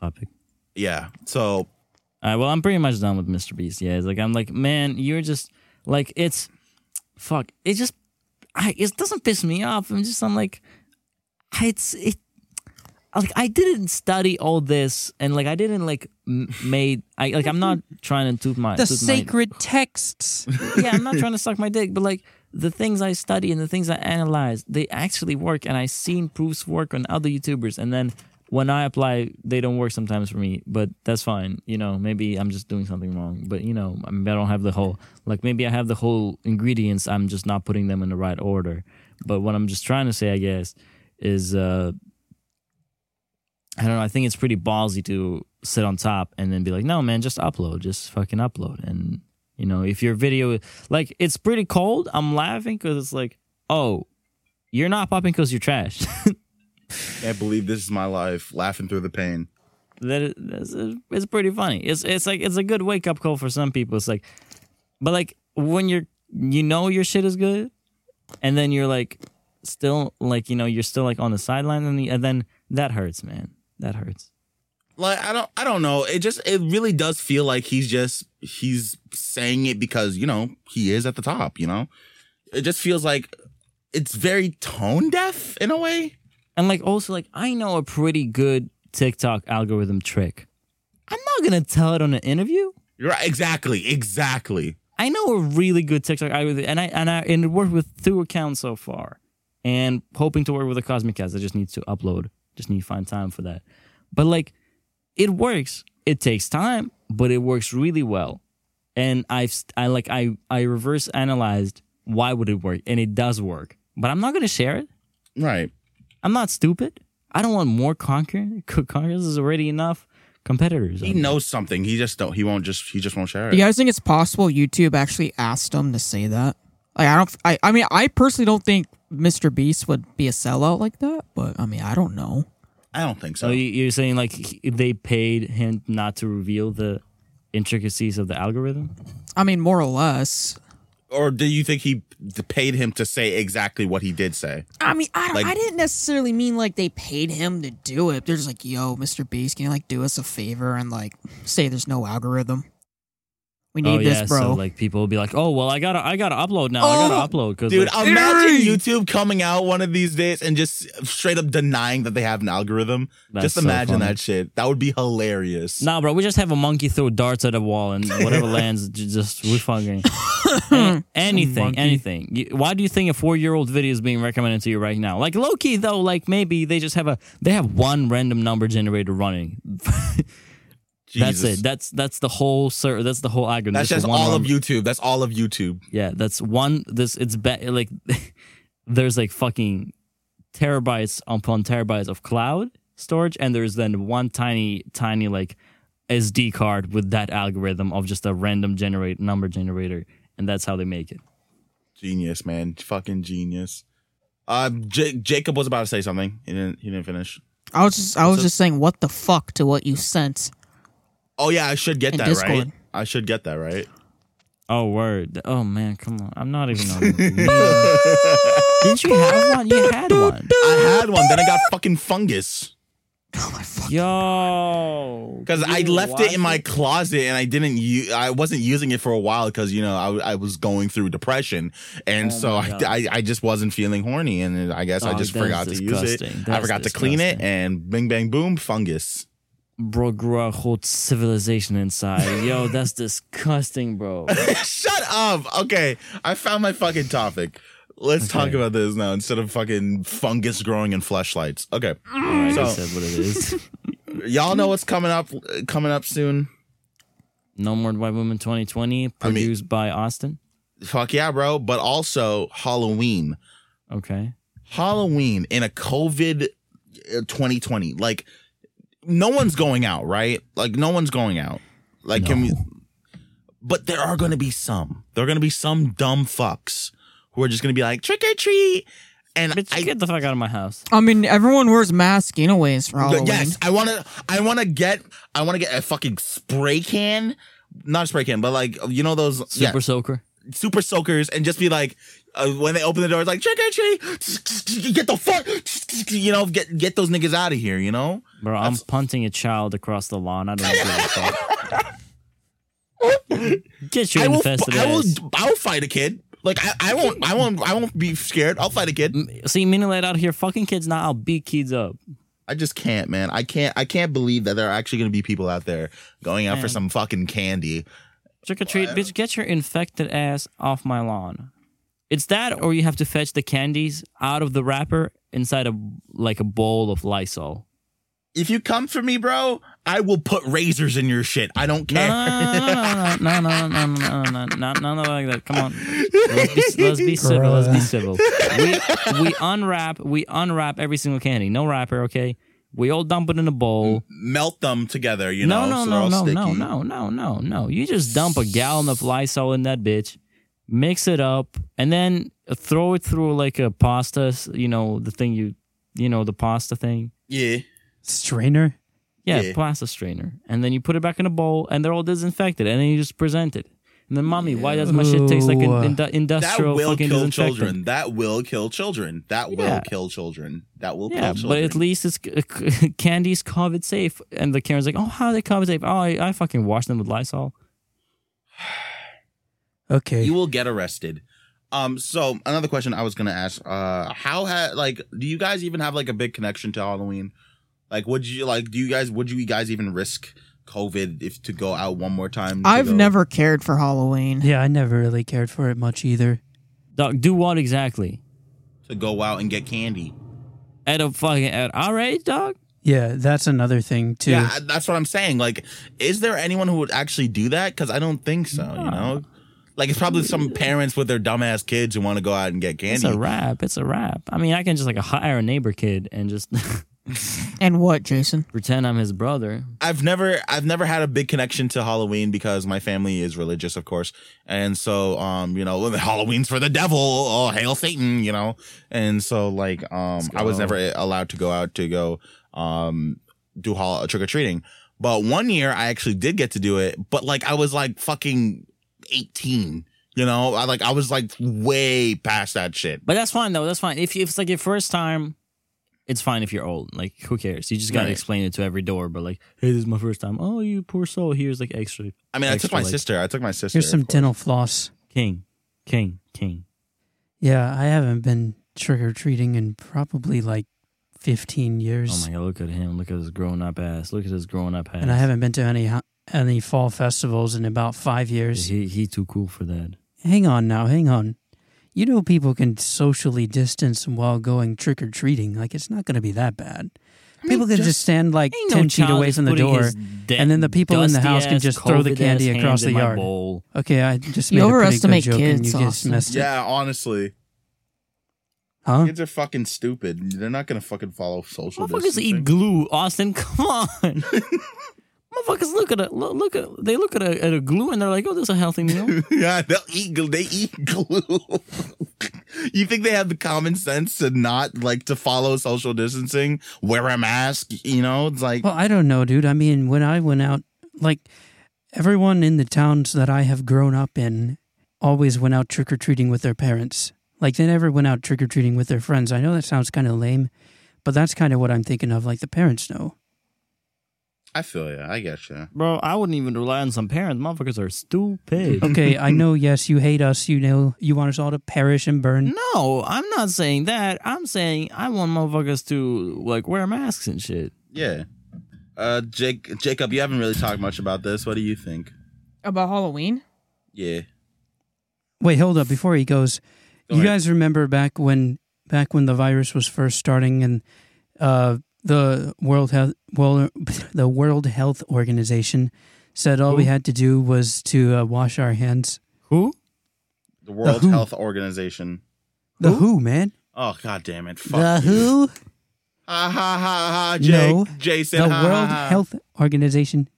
D: Topic.
B: yeah. So
D: All right, well, I'm pretty much done with Mr. Beast. Yeah, it's like I'm like, man, you're just like it's, fuck, it just, I it doesn't piss me off. I'm just I'm like, I, it's it, like I didn't study all this and like I didn't like m- made I like I'm not trying to toot my
C: The
D: toot my-
C: sacred texts.
D: yeah, I'm not trying to suck my dick, but like the things I study and the things I analyze, they actually work, and I've seen proofs work on other YouTubers, and then when I apply, they don't work sometimes for me, but that's fine. You know, maybe I'm just doing something wrong, but you know, I, mean, I don't have the whole like maybe I have the whole ingredients, I'm just not putting them in the right order. But what I'm just trying to say, I guess, is uh I don't know. I think it's pretty ballsy to sit on top and then be like, no, man, just upload, just fucking upload. And, you know, if your video, like, it's pretty cold, I'm laughing because it's like, oh, you're not popping because you're trash.
B: Can't believe this is my life, laughing through the pain.
D: that is, that's- it's pretty funny. It's it's like it's a good wake up call for some people. It's like, but like when you're you know your shit is good, and then you're like still like you know you're still like on the sideline and, the, and then that hurts, man. That hurts.
B: Like I don't I don't know. It just it really does feel like he's just he's saying it because, you know, he is at the top, you know? It just feels like it's very tone deaf in a way.
D: And like also like I know a pretty good TikTok algorithm trick. I'm not gonna tell it on an interview.
B: You're right. Exactly. Exactly.
D: I know a really good TikTok algorithm, and I and I and worked with two accounts so far, and hoping to work with a Cosmic Cast. I just need to upload. Just need to find time for that. But like, it works. It takes time, but it works really well. And I've st- I like I I reverse analyzed why would it work, and it does work. But I'm not gonna share it.
B: Right.
D: I'm not stupid. I don't want more conquer. Conquerors is already enough competitors.
B: He knows something. He just don't he won't just he just won't share it.
A: Do you guys think it's possible YouTube actually asked him to say that? Like, I don't. I, I mean, I personally don't think Mr. Beast would be a sellout like that. But I mean, I don't know.
B: I don't think so.
D: So you- you're saying like he- they paid him not to reveal the intricacies of the algorithm?
A: I mean, more or less.
B: or do you think he d- paid him to say exactly what he did say?
A: I mean, I, don't,
B: Like-
A: I didn't necessarily mean like they paid him to do it. They're just like, yo, Mr. Beast, can you like do us a favor and like say there's no algorithm? We need
D: oh
A: this,
D: yeah,
A: bro.
D: so like people will be like, "Oh well, I gotta, I gotta upload now. I gotta upload because
B: Oh, Dude,
D: like,
B: imagine YouTube coming out one of these days and just straight up denying that they have an algorithm.
D: That's
B: just
D: so
B: imagine
D: funny.
B: that shit. That would be hilarious.
D: nah, bro, we just have a monkey throw darts at a wall and whatever lands, j- just we fucking A- anything,
C: monkey.
D: anything. You- Why do you think a four year old video is being recommended to you right now? Like low key though, like maybe they just have a they have one random number generator running. that's
B: Jesus.
D: it. That's that's the whole sir. That's the whole algorithm.
B: That's just
D: one
B: all of
D: number.
B: YouTube. That's all of YouTube.
D: Yeah, that's one. This it's be, like there's like fucking terabytes upon terabytes of cloud storage, and there's then one tiny, tiny like SD card with that algorithm of just a random generate number generator, and that's how they make it.
B: Genius, man. Fucking genius. Uh, J- Jacob was about to say something. He didn't. He didn't finish.
A: I was just, I was just saying, what the fuck to what you sent?
B: Oh yeah, I should get
A: In
B: that right.
A: Discord.
B: I should get that right.
D: Oh word! Oh man, come on! I'm not even on. the meeting. Didn't you have one? You had one.
B: I had one, then I got fucking fungus
D: Yo,
B: because I
D: you
B: left it in my
D: wild-
B: closet and I didn't. U- I wasn't using it for a while because you know I, I was going through depression and
D: Oh
B: so
D: my
B: I,
D: God.
B: I I just wasn't feeling horny and I guess I
D: Dog,
B: just
D: that is
B: forgot to use it.
D: disgusting.
B: I
D: That's
B: forgot to clean it
D: disgusting.
B: and bing bang boom fungus.
D: bro grew a whole civilization inside. Yo, that's disgusting, bro.
B: Shut up. Okay, I found my fucking topic. Let's talk about this now instead of fucking fungus growing in fleshlights. Okay,
D: I
B: So-
D: said what it is.
B: y'all
D: Mm-hmm.
B: know what's coming up coming up soon.
D: No More White Women 2020, produced by Austin.
B: Fuck yeah, bro. But also Halloween.
D: Okay.
B: Halloween in a COVID uh, 2020, like no one's going out, right? Like no one's going out. Like can we? But there are going to be some. There are going to be some dumb fucks who are just going to be like trick or treat, and
D: Bitch,
B: I.
D: get the fuck out of my house.
A: I mean, everyone wears masks anyways for Halloween.
B: Yes, I want to. I want to get. I want to get a fucking spray can, not a spray can, but like you know those yeah,
D: Super Soaker.
B: super soakers and just be like, uh, when they open the doors, like trick or treat, get the fuck, you know, get get those niggas out of here, you know.
D: Bro, I'm punting a child across the lawn. I don't give a fuck. Get your
B: I will,
D: infested
B: I will,
D: ass.
B: I will fight a kid. Like I, I won't, I won't, I won't be scared. I'll fight a kid.
D: See, meaning let out here, fucking kids now, I'll beat kids up.
B: I just can't, man. I can't, I can't believe that there are actually gonna be people out there going out for
D: Man.
B: some fucking candy.
D: Trick or treat, bitch, get your infected ass off my lawn. It's that, or you have to fetch the candies out of the wrapper inside a like a bowl of Lysol.
B: If you come for me, bro, I will put razors in your shit. I don't care.
D: No, no, no, no, no, no, no, no, no, no, no, no, no, like that. Come on. Let's be, let's be civil. Let's be civil. We, we unwrap. We unwrap every single candy. No wrapper, okay? We all dump it in a bowl.
B: Melt them together, Mm. you
D: no,
B: know, so
D: no,
B: they're
D: no,
B: all
D: no,
B: sticky.
D: no, no, no, no, no. You just dump a gallon of Lysol in that bitch, mix it up, and then throw it through like a pasta, s- you know, the thing you, you know, the pasta thing.
B: Yeah.
C: Strainer.
D: Yeah,
B: Yeah.
D: pasta strainer. And then you put it back in a bowl, and they're all disinfected, and then you just present it. And then, mommy, why does my shit taste like an
C: Ooh.
D: indu-
B: That
D: industrial
B: will
D: fucking
B: kill
D: disinfectant?
B: children. That will kill children. That
D: Yeah.
B: will kill children. That will
D: Yeah,
B: kill children.
D: but at least it's uh, candy's COVID safe, and the Karen's like, "Oh, how are they COVID safe? Oh, I, I fucking washed them with Lysol."
C: Okay.
B: you will get arrested. Um, so another question I was gonna ask, uh, how had like do you guys even have like a big connection to Halloween? Like, would you like do you guys would you guys even risk COVID if to go out one more time? to
A: I've
B: go-
A: never cared for Halloween.
C: Yeah, I never really cared for it much either.
D: Doc, do what exactly?
B: to go out and get candy.
D: At a fucking at our age, dog?
C: Yeah, that's another thing too.
B: Yeah, I- that's what I'm saying. Like, is there anyone who would actually do that? Because I don't think so. You know, like it's probably some parents with their dumbass kids who want to go out and get
D: It's
B: candy.
D: a rap. It's a rap. I mean, I can just like hire a neighbor kid and just
A: And what, Jason?
D: pretend I'm his brother.
B: I've never I've never had a big connection to Halloween because my family is religious, of course, and so um you know Halloween's for the devil, oh hail Satan, you know, and so like um I was
D: go.
B: never allowed to go out to go um do hol- trick or treating, but one year I actually did get to do it, but like I was like fucking eighteen, you know, I like I was like way past that shit.
D: But that's fine though. That's fine. If, if it's like your first time, it's fine if you're old. Like who cares? You just gotta
B: Right.
D: explain it to every door. But like, hey, this is my first time. Oh, you poor soul. Here's like extra
B: I mean, I took
D: Extra,
B: my
D: like-
B: sister. I took my sister.
C: Here's some
B: of course.
C: dental floss.
D: king, king, king.
C: Yeah, I haven't been trick or treating in probably like 15
D: Oh
C: years,
D: my god, look at him. Look at his grown up ass. Look at his grown up ass.
C: and I haven't been to any ho- any fall festivals in about five years.
D: He he too cool for that.
C: Hang on now, hang on. You know people can socially distance while going trick or treating. Like it's not going to be that bad. people can just, stand like
D: Ain't no
C: ten feet
D: child
C: away
D: is
C: from the
D: putting
C: door.
D: his de-
C: and then the people in the
D: dusty
C: house can
D: ass,
C: just throw the
D: COVID-ass
C: candy
D: hands
C: across
D: in
C: the
D: my
C: yard.
D: bowl.
C: Okay, I just
A: You
C: made a pretty good
A: overestimate
C: joke, and
A: kids,
C: you just
A: Austin.
C: missed it.
B: Yeah, honestly.
C: Huh?
B: Kids are fucking stupid. They're not gonna fucking follow social.
D: Motherfuckers
B: distancing.
D: eat glue, Austin. Come on. Motherfuckers look at a look, look at they look at a, at a glue and they're like, oh, this is a healthy meal.
B: yeah, they'll eat. gl- They eat glue. you think they have the common sense to not like to follow social distancing, wear a mask? You know, it's like
C: Well, I don't know, dude. I mean, when I went out, like everyone in the towns that I have grown up in always went out trick or treating with their parents. Like they never went out trick or treating with their friends. I know that sounds kind of lame, but that's kind of what I'm thinking of. Like the parents know.
B: I feel you. I get you.
D: Bro, I wouldn't even rely on some parents. Motherfuckers are stupid.
C: Okay, I know. Yes, you hate us. You know, you want us all to perish and burn.
D: no, I'm not saying that. I'm saying I want motherfuckers to like wear masks and shit.
B: Yeah. Uh, Jake, Jacob, you haven't really talked much about this. What do you think?
A: About Halloween?
B: Yeah.
C: Wait, hold up. Before he goes,
B: Go
C: you
B: ahead.
C: guys remember back when back when the virus was first starting and uh, the World Health well the World Health Organization said all we had to do was to uh, wash our hands.
D: Who?
B: The World
C: WHO.
B: Health Organization.
C: The Who, man.
B: Oh God damn it! Fuck.
C: The
B: you.
C: Who.
B: Ha ha ha ha. Jake,
C: No.
B: Jason.
C: The
B: ha, ha,
C: World
B: ha.
C: Health Organization.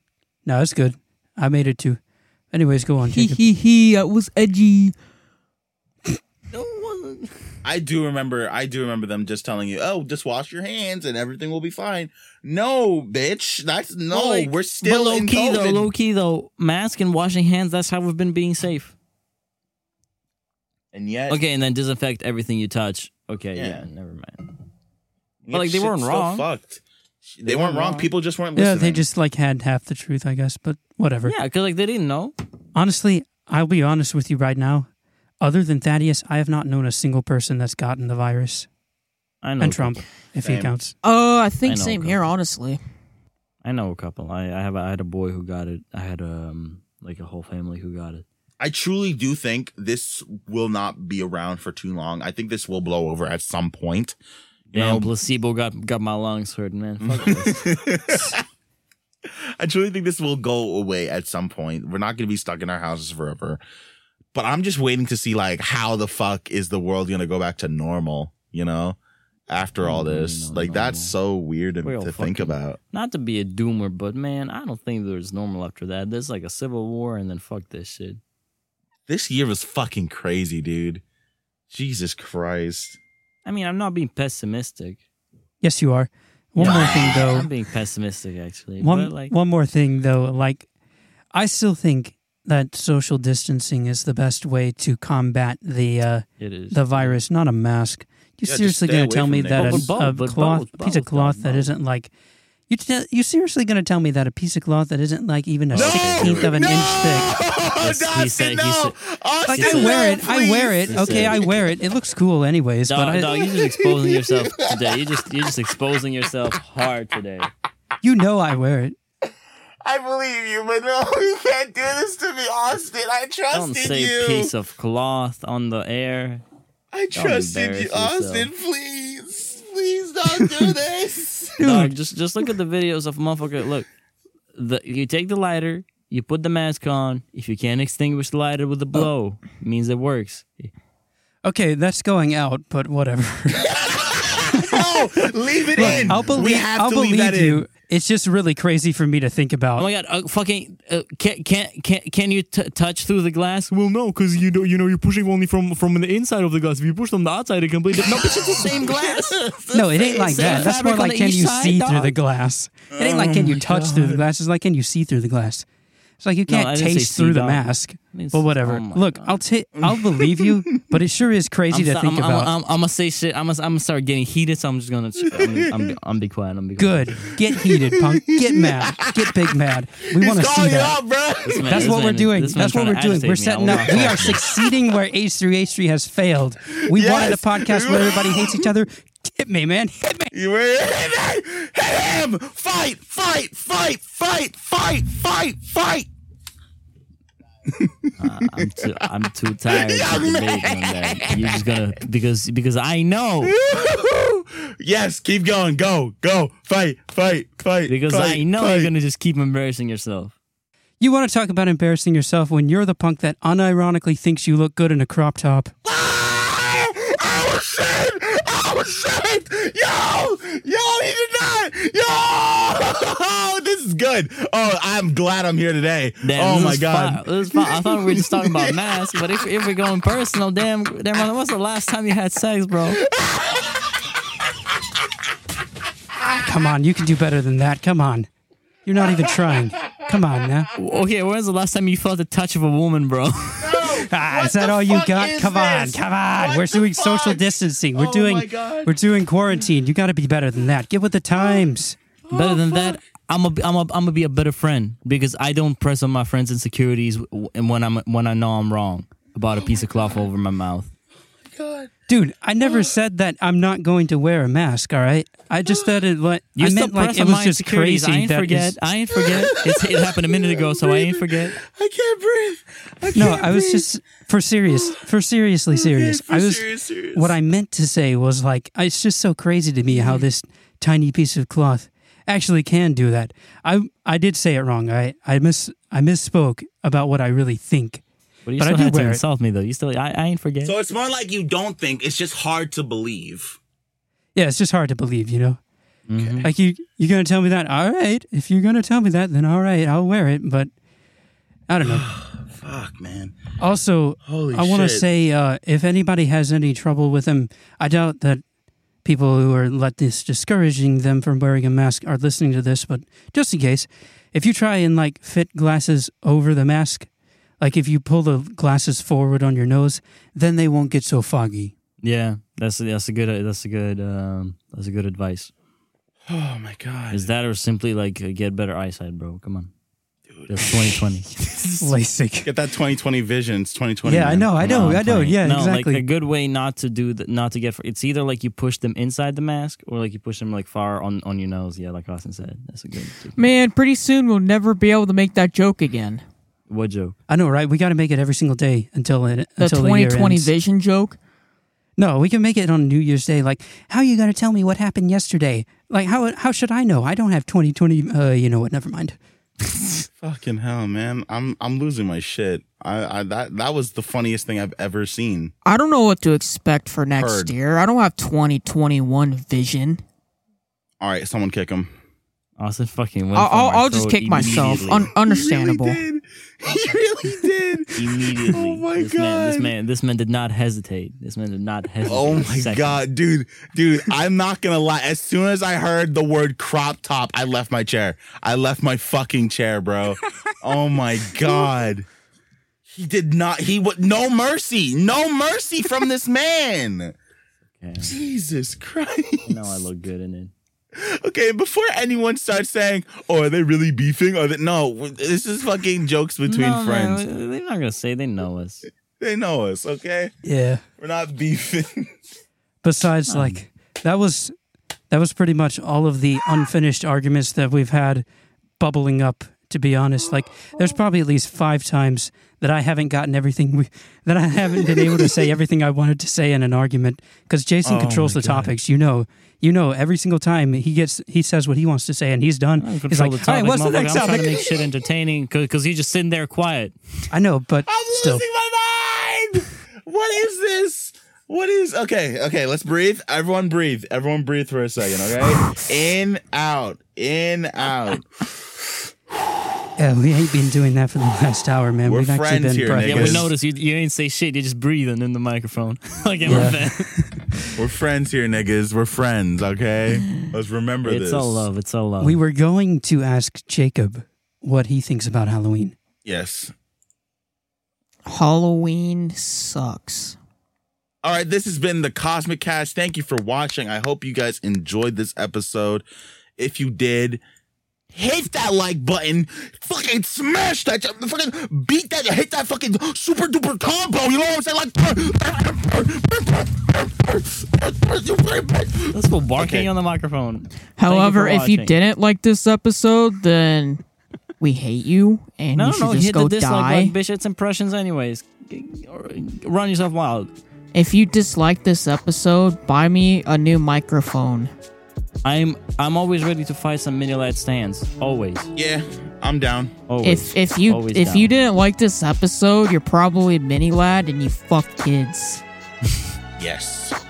C: No, that's good. I made it too. Anyways, go on,
A: Hee
C: Jacob.
A: hee hee,
D: uh,
A: that was edgy.
D: No one.
B: I do remember I do remember them just telling you, "Oh, just wash your hands and everything will be fine." No, bitch. That's no.
D: But, like,
B: we're still
D: but low
B: in
D: key though.
B: COVID.
D: Low key though, mask and washing hands. That's how we've been being safe.
B: and yet,
D: Okay, and then disinfect everything you touch. Okay, Eh. yeah,
B: Yeah.
D: never mind.
B: yet
D: but, like, they
B: shit's
D: weren't
B: still
D: wrong.
B: Fucked. They, weren't wrong. People just weren't
C: Yeah,
B: listening.
C: they just like had half the truth, I guess. But whatever.
D: Yeah, because like they didn't know.
C: Honestly, I'll be honest with you right now. Other than Thaddeus, I have not known a single person that's gotten the virus.
D: I know.
C: and
D: a
C: Trump, if he
B: Same.
C: counts.
A: Oh, I
D: I
A: think
D: know,
A: same
D: girl.
A: here, honestly.
D: couple- I know a couple. I, I have. I had a boy who got it. I had um like a whole family who got it.
B: I truly do think this will not be around for too long. I think this will blow over at some point. You
D: Damn,
B: know,
D: placebo got got my lungs hurt, man.
C: Mm.
D: Fuck this.
B: I truly think this will go away at some point. We're not going to be stuck in our houses forever. But I'm just waiting to see like how the fuck is the world going to go back to normal, you know? after all
C: Mm-hmm.
B: this.
D: No,
B: like
D: no,
B: that's so weird to,
D: We all
B: to think
D: fucking-
B: about.
D: Not to be a doomer, but man, I don't think there's normal after that. There's like a civil war, and then fuck this shit.
B: This year was fucking crazy, dude. Jesus Christ.
D: I mean, I'm not being pessimistic.
C: Yes, you are. One more thing though.
D: I'm being pessimistic actually.
C: Oh. one
D: but like,
C: one more thing though like i still think that social distancing is the best way to combat the uh,
D: it is
C: the virus not a mask
B: Yeah,
C: you
B: just
C: seriously
B: stay
C: going
B: away
C: to tell
B: from
C: me
B: there.
C: that a,
D: But- but
C: a
D: both- but
C: cloth
D: both-
C: piece of
D: both,
C: cloth
D: Tom,
C: that
D: both.
C: not like you te- you seriously going to tell me that a piece of cloth that isn't like even a sixteenth of an
B: no!
C: inch thick
D: Yes, he
B: Dustin,
D: said- he
B: no!
C: like
B: Austin,
C: I wear it,
B: no,
C: I wear it.
B: please.
D: He
C: Okay,
D: said-
C: I wear it. It looks cool, anyways. but
D: Dog,
C: I,
D: dog, you're just exposing yourself today. You just you're just exposing yourself hard today.
C: you know, I wear it.
B: I believe you, but no, you can't do this to me, Austin. I trusted
D: Don't say
B: you.
D: piece of cloth on the air.
B: I trusted
D: embarrass
B: you,
D: yourself.
B: Austin. Please, please don't do this.
D: Dog, just just look at the videos of motherfucker. Look, the, you take the lighter, you put the mask on. If you can't extinguish the lighter with a blow, means it works.
C: Okay, that's going out, but whatever.
B: no, leave it in.
C: I'll believe.
B: we have
C: I'll
B: to
C: believe
B: leave that
C: you.
B: in.
C: It's just really crazy for me to think about.
D: Oh my god! Uh, fucking uh, can can can can you t- touch through the glass? Well, no, because you know you know you're pushing only from from the inside of the glass. If you push from the outside, it completely no. It's just the same glass.
C: no, it ain't like that. That's more
D: fabric on
C: like can
D: each
C: you
D: side,
C: see through
D: dog.
C: the glass? It ain't like can
B: Oh
C: you touch through the glass. It's like can you see through the glass? It's like you
D: No, I
C: can't
D: didn't say
C: taste
D: see,
C: through the
D: dog.
C: mask.
D: mean,
C: But whatever.
D: oh my
C: Look,
D: God.
C: I'll take. I'll believe you, but it sure is crazy to
D: sta-
C: think
D: I'm,
C: about.
D: I'm, I'm, I'm gonna say shit. I'm gonna, I'm gonna start getting heated, so I'm just gonna. I'm, I'm, I'm be quiet. I'm be quiet.
C: Good. Get heated, punk. Get mad. Get big mad. We want to
B: He's
C: see
B: calling it
C: that.
B: out, bro.
D: Man,
C: That's
D: this
C: what we're
D: man-
C: doing.
D: this man's
C: That's what
D: trying to
C: we're doing.
D: agitate
C: We're
D: me.
C: setting
D: I
C: up.
D: will
C: We
D: not
C: are
D: talk.
C: succeeding where H3H3 has failed. We wanted a
B: Yes.
C: podcast where everybody hates each other. Hit me, man. Hit me.
B: You were hit him, hit him, fight, fight, fight, fight, fight, fight, fight.
D: I'm too, I'm too tired to debate on that. You're just gonna because because I know
B: yes, keep going, go, go, fight, fight, fight.
D: because
B: fight,
D: I know
B: fight.
D: you're gonna just keep embarrassing yourself.
C: You want to talk about embarrassing yourself when you're the punk that unironically thinks you look good in a crop top.
B: Oh shit! Oh shit! Yo! Yo, he did not! Yo! This is good. Oh, I'm glad I'm here today.
D: Damn,
B: oh
D: this
B: my
D: is
B: god.
D: fi- this is fi- I thought we were just talking about masks, but if, if we're going personal, damn, damn, what's the last time you had sex, bro?
C: Come on, you can do better than that. Come on. You're not even trying. Come on now.
D: Okay, when's the last time you felt the touch of a woman, bro?
C: Ah,
B: What
C: is that
B: the
C: all you
B: fuck
C: got?
B: is
C: Come on,
B: this?
C: come on.
B: What
C: we're
B: the
C: doing social
B: fuck?
C: distancing. We're
B: Oh
C: doing
B: my God.
C: we're doing quarantine. You got to be better than that. Get with the times.
D: Better than that, I'm a, I'm a, I'm gonna be a better friend because I don't press on my friends' insecurities w- and when I'm when I know I'm wrong about a piece of cloth over my mouth.
C: Dude, I
D: Oh.
C: never said that I'm not going to wear a mask. All right, I just said it. Like,
D: You
C: I
D: still
C: meant like
D: press
C: it
D: on
C: was
D: my
C: just
D: insecurities.
C: crazy.
D: I ain't
C: that
D: forget.
C: is-
D: I ain't forget. It's, it happened a minute ago, so I ain't forget.
B: I can't breathe. I can't
C: no, I was
B: breathe.
C: just for serious, for seriously serious.
B: for
C: I was
B: serious, serious.
C: what I meant to say was like it's just so crazy to me how
B: Mm.
C: this tiny piece of cloth actually can do that. I I did say it wrong. I I miss I misspoke about what I really think.
D: But you
C: But I
D: still
C: do
D: had to
C: wear it.
D: insult me though. You still, I, I ain't forget.
B: So it's more like you don't think, it's just hard to believe.
C: Yeah, it's just hard to believe, you know.
B: Mm-hmm.
C: Like you you're gonna tell me that. All right, if you're gonna tell me that, then all right, I'll wear it. But I don't know.
B: Fuck, man.
C: Also,
B: Holy
C: I want to
B: shit.
C: say uh, if anybody has any trouble with them, I doubt that people who are let this discouraging them from wearing a mask are listening to this. But just in case, if you try and like fit glasses over the mask, like if you pull the glasses forward on your nose, then they won't get so foggy.
D: Yeah, that's that's a good that's a good um, that's a good advice.
B: Oh my god.
D: Is that or simply like uh, get better eyesight, bro? Come on, that's 2020.
C: LASIK.
B: Get that 2020 vision. It's 2020.
C: Yeah, I
B: man.
C: know, I
A: Oh,
C: know, I know. Yeah,
D: no,
C: exactly.
D: like a good way not to do the, not to get fr- it's either like you push them inside the mask or like you push them like far on on your nose. Yeah, like Austin said, that's a good.
A: Man, pretty soon we'll never be able to make that joke again.
D: What joke?
C: I know, right? We got to make it every single day until it
A: The
C: until the year
A: 2020
C: ends.
A: vision joke.
C: No, we can make it on New Year's Day. Like, how you gonna tell me what happened yesterday? Like, how how should I know? I don't have 2020. Uh, you know what? Never mind.
B: Fucking hell, man. I'm I'm losing my shit. I, I that that was the funniest thing I've ever seen.
A: I don't know what to expect for next
B: Heard.
A: year. I don't have 2021 vision.
B: All right, someone kick him.
D: Austin fucking went.
A: I'll,
D: for
A: I'll,
D: my
A: I'll just
D: throat
A: kick myself.
D: immediately.
A: Un- understandable.
B: He really did. He really did.
D: immediately.
B: Oh my
D: this Man, this
B: God.
D: man, this man did not hesitate. This man did not hesitate.
B: Oh
D: a
B: my
D: second.
B: god, dude, dude! I'm not gonna lie. As soon as I heard the word crop top, I left my chair. I left my fucking chair, bro. oh my god, he did not. He would no mercy, no mercy from this man.
D: Okay.
B: Jesus Christ.
D: No, I look good in it.
B: Okay, before anyone starts saying, "Oh, are they really beefing?" Or that no, this is fucking jokes between
D: No, Oh, man,
B: friends.
D: they're not gonna say they know us.
B: They know us. Okay,
C: Yeah.
B: we're not beefing.
C: Besides,
D: Um,
C: like that was that was pretty much all of the unfinished arguments that we've had bubbling up. To be honest, like there's probably at least five times that I haven't gotten everything we, that I haven't been able to say everything I wanted to say in an argument because Jason
B: Oh
C: controls
B: my
C: the
B: God.
C: topics. You know, you know every single time he gets he says what he wants to say and he's done.
D: I don't
C: He's
D: control
C: like,
D: the
C: "Hey,
D: topic,
C: what's the
D: motherfucker. I'm
C: next
D: trying
C: topic?"
D: to make shit entertaining because he's just sitting there quiet.
C: I know, but
B: I'm
C: still,
B: losing my mind. What is this? What is okay? Okay, let's breathe. Everyone breathe. Everyone breathe for a second. Okay, in out, in out.
C: yeah, we ain't been doing that for the last hour, man.
B: We're
C: We've actually
B: friends
C: been
B: here,
C: breathless.
D: Yeah,
B: Because-
D: we notice you, you ain't say shit. You just breathing in the microphone like in my
C: Yeah.
D: face.
B: We're friends here, niggas. We're friends. Okay, let's remember this.
D: It's all love. It's all love.
C: We were going to ask Jacob what he thinks about Halloween.
B: Yes.
A: Halloween sucks.
B: All right, this has been the Cosmic Cast. Thank you for watching. I hope you guys enjoyed this episode. If you did, hit that like button, fucking smash that, fucking beat that, hit that fucking super duper combo. You know what I'm saying? Like,
D: Let's go barking
B: Okay.
D: on the microphone. Thank
A: However,
D: you for
A: if you
D: watching.
A: didn't like this episode, then we hate you and
D: no,
A: you
D: no,
A: should
D: no,
A: just
D: hit
A: go
D: the dislike
A: die.
D: button, bitch. It's impressions, anyways. G- or- Run yourself wild.
A: if you dislike this episode, buy me a new microphone.
D: I'm I'm always ready to fight some mini light stands. Always,
B: yeah, I'm down.
D: always.
A: If if you
D: Always
A: if
D: down.
A: you didn't like this episode, you're probably a mini lad and you fuck kids.
B: Yes.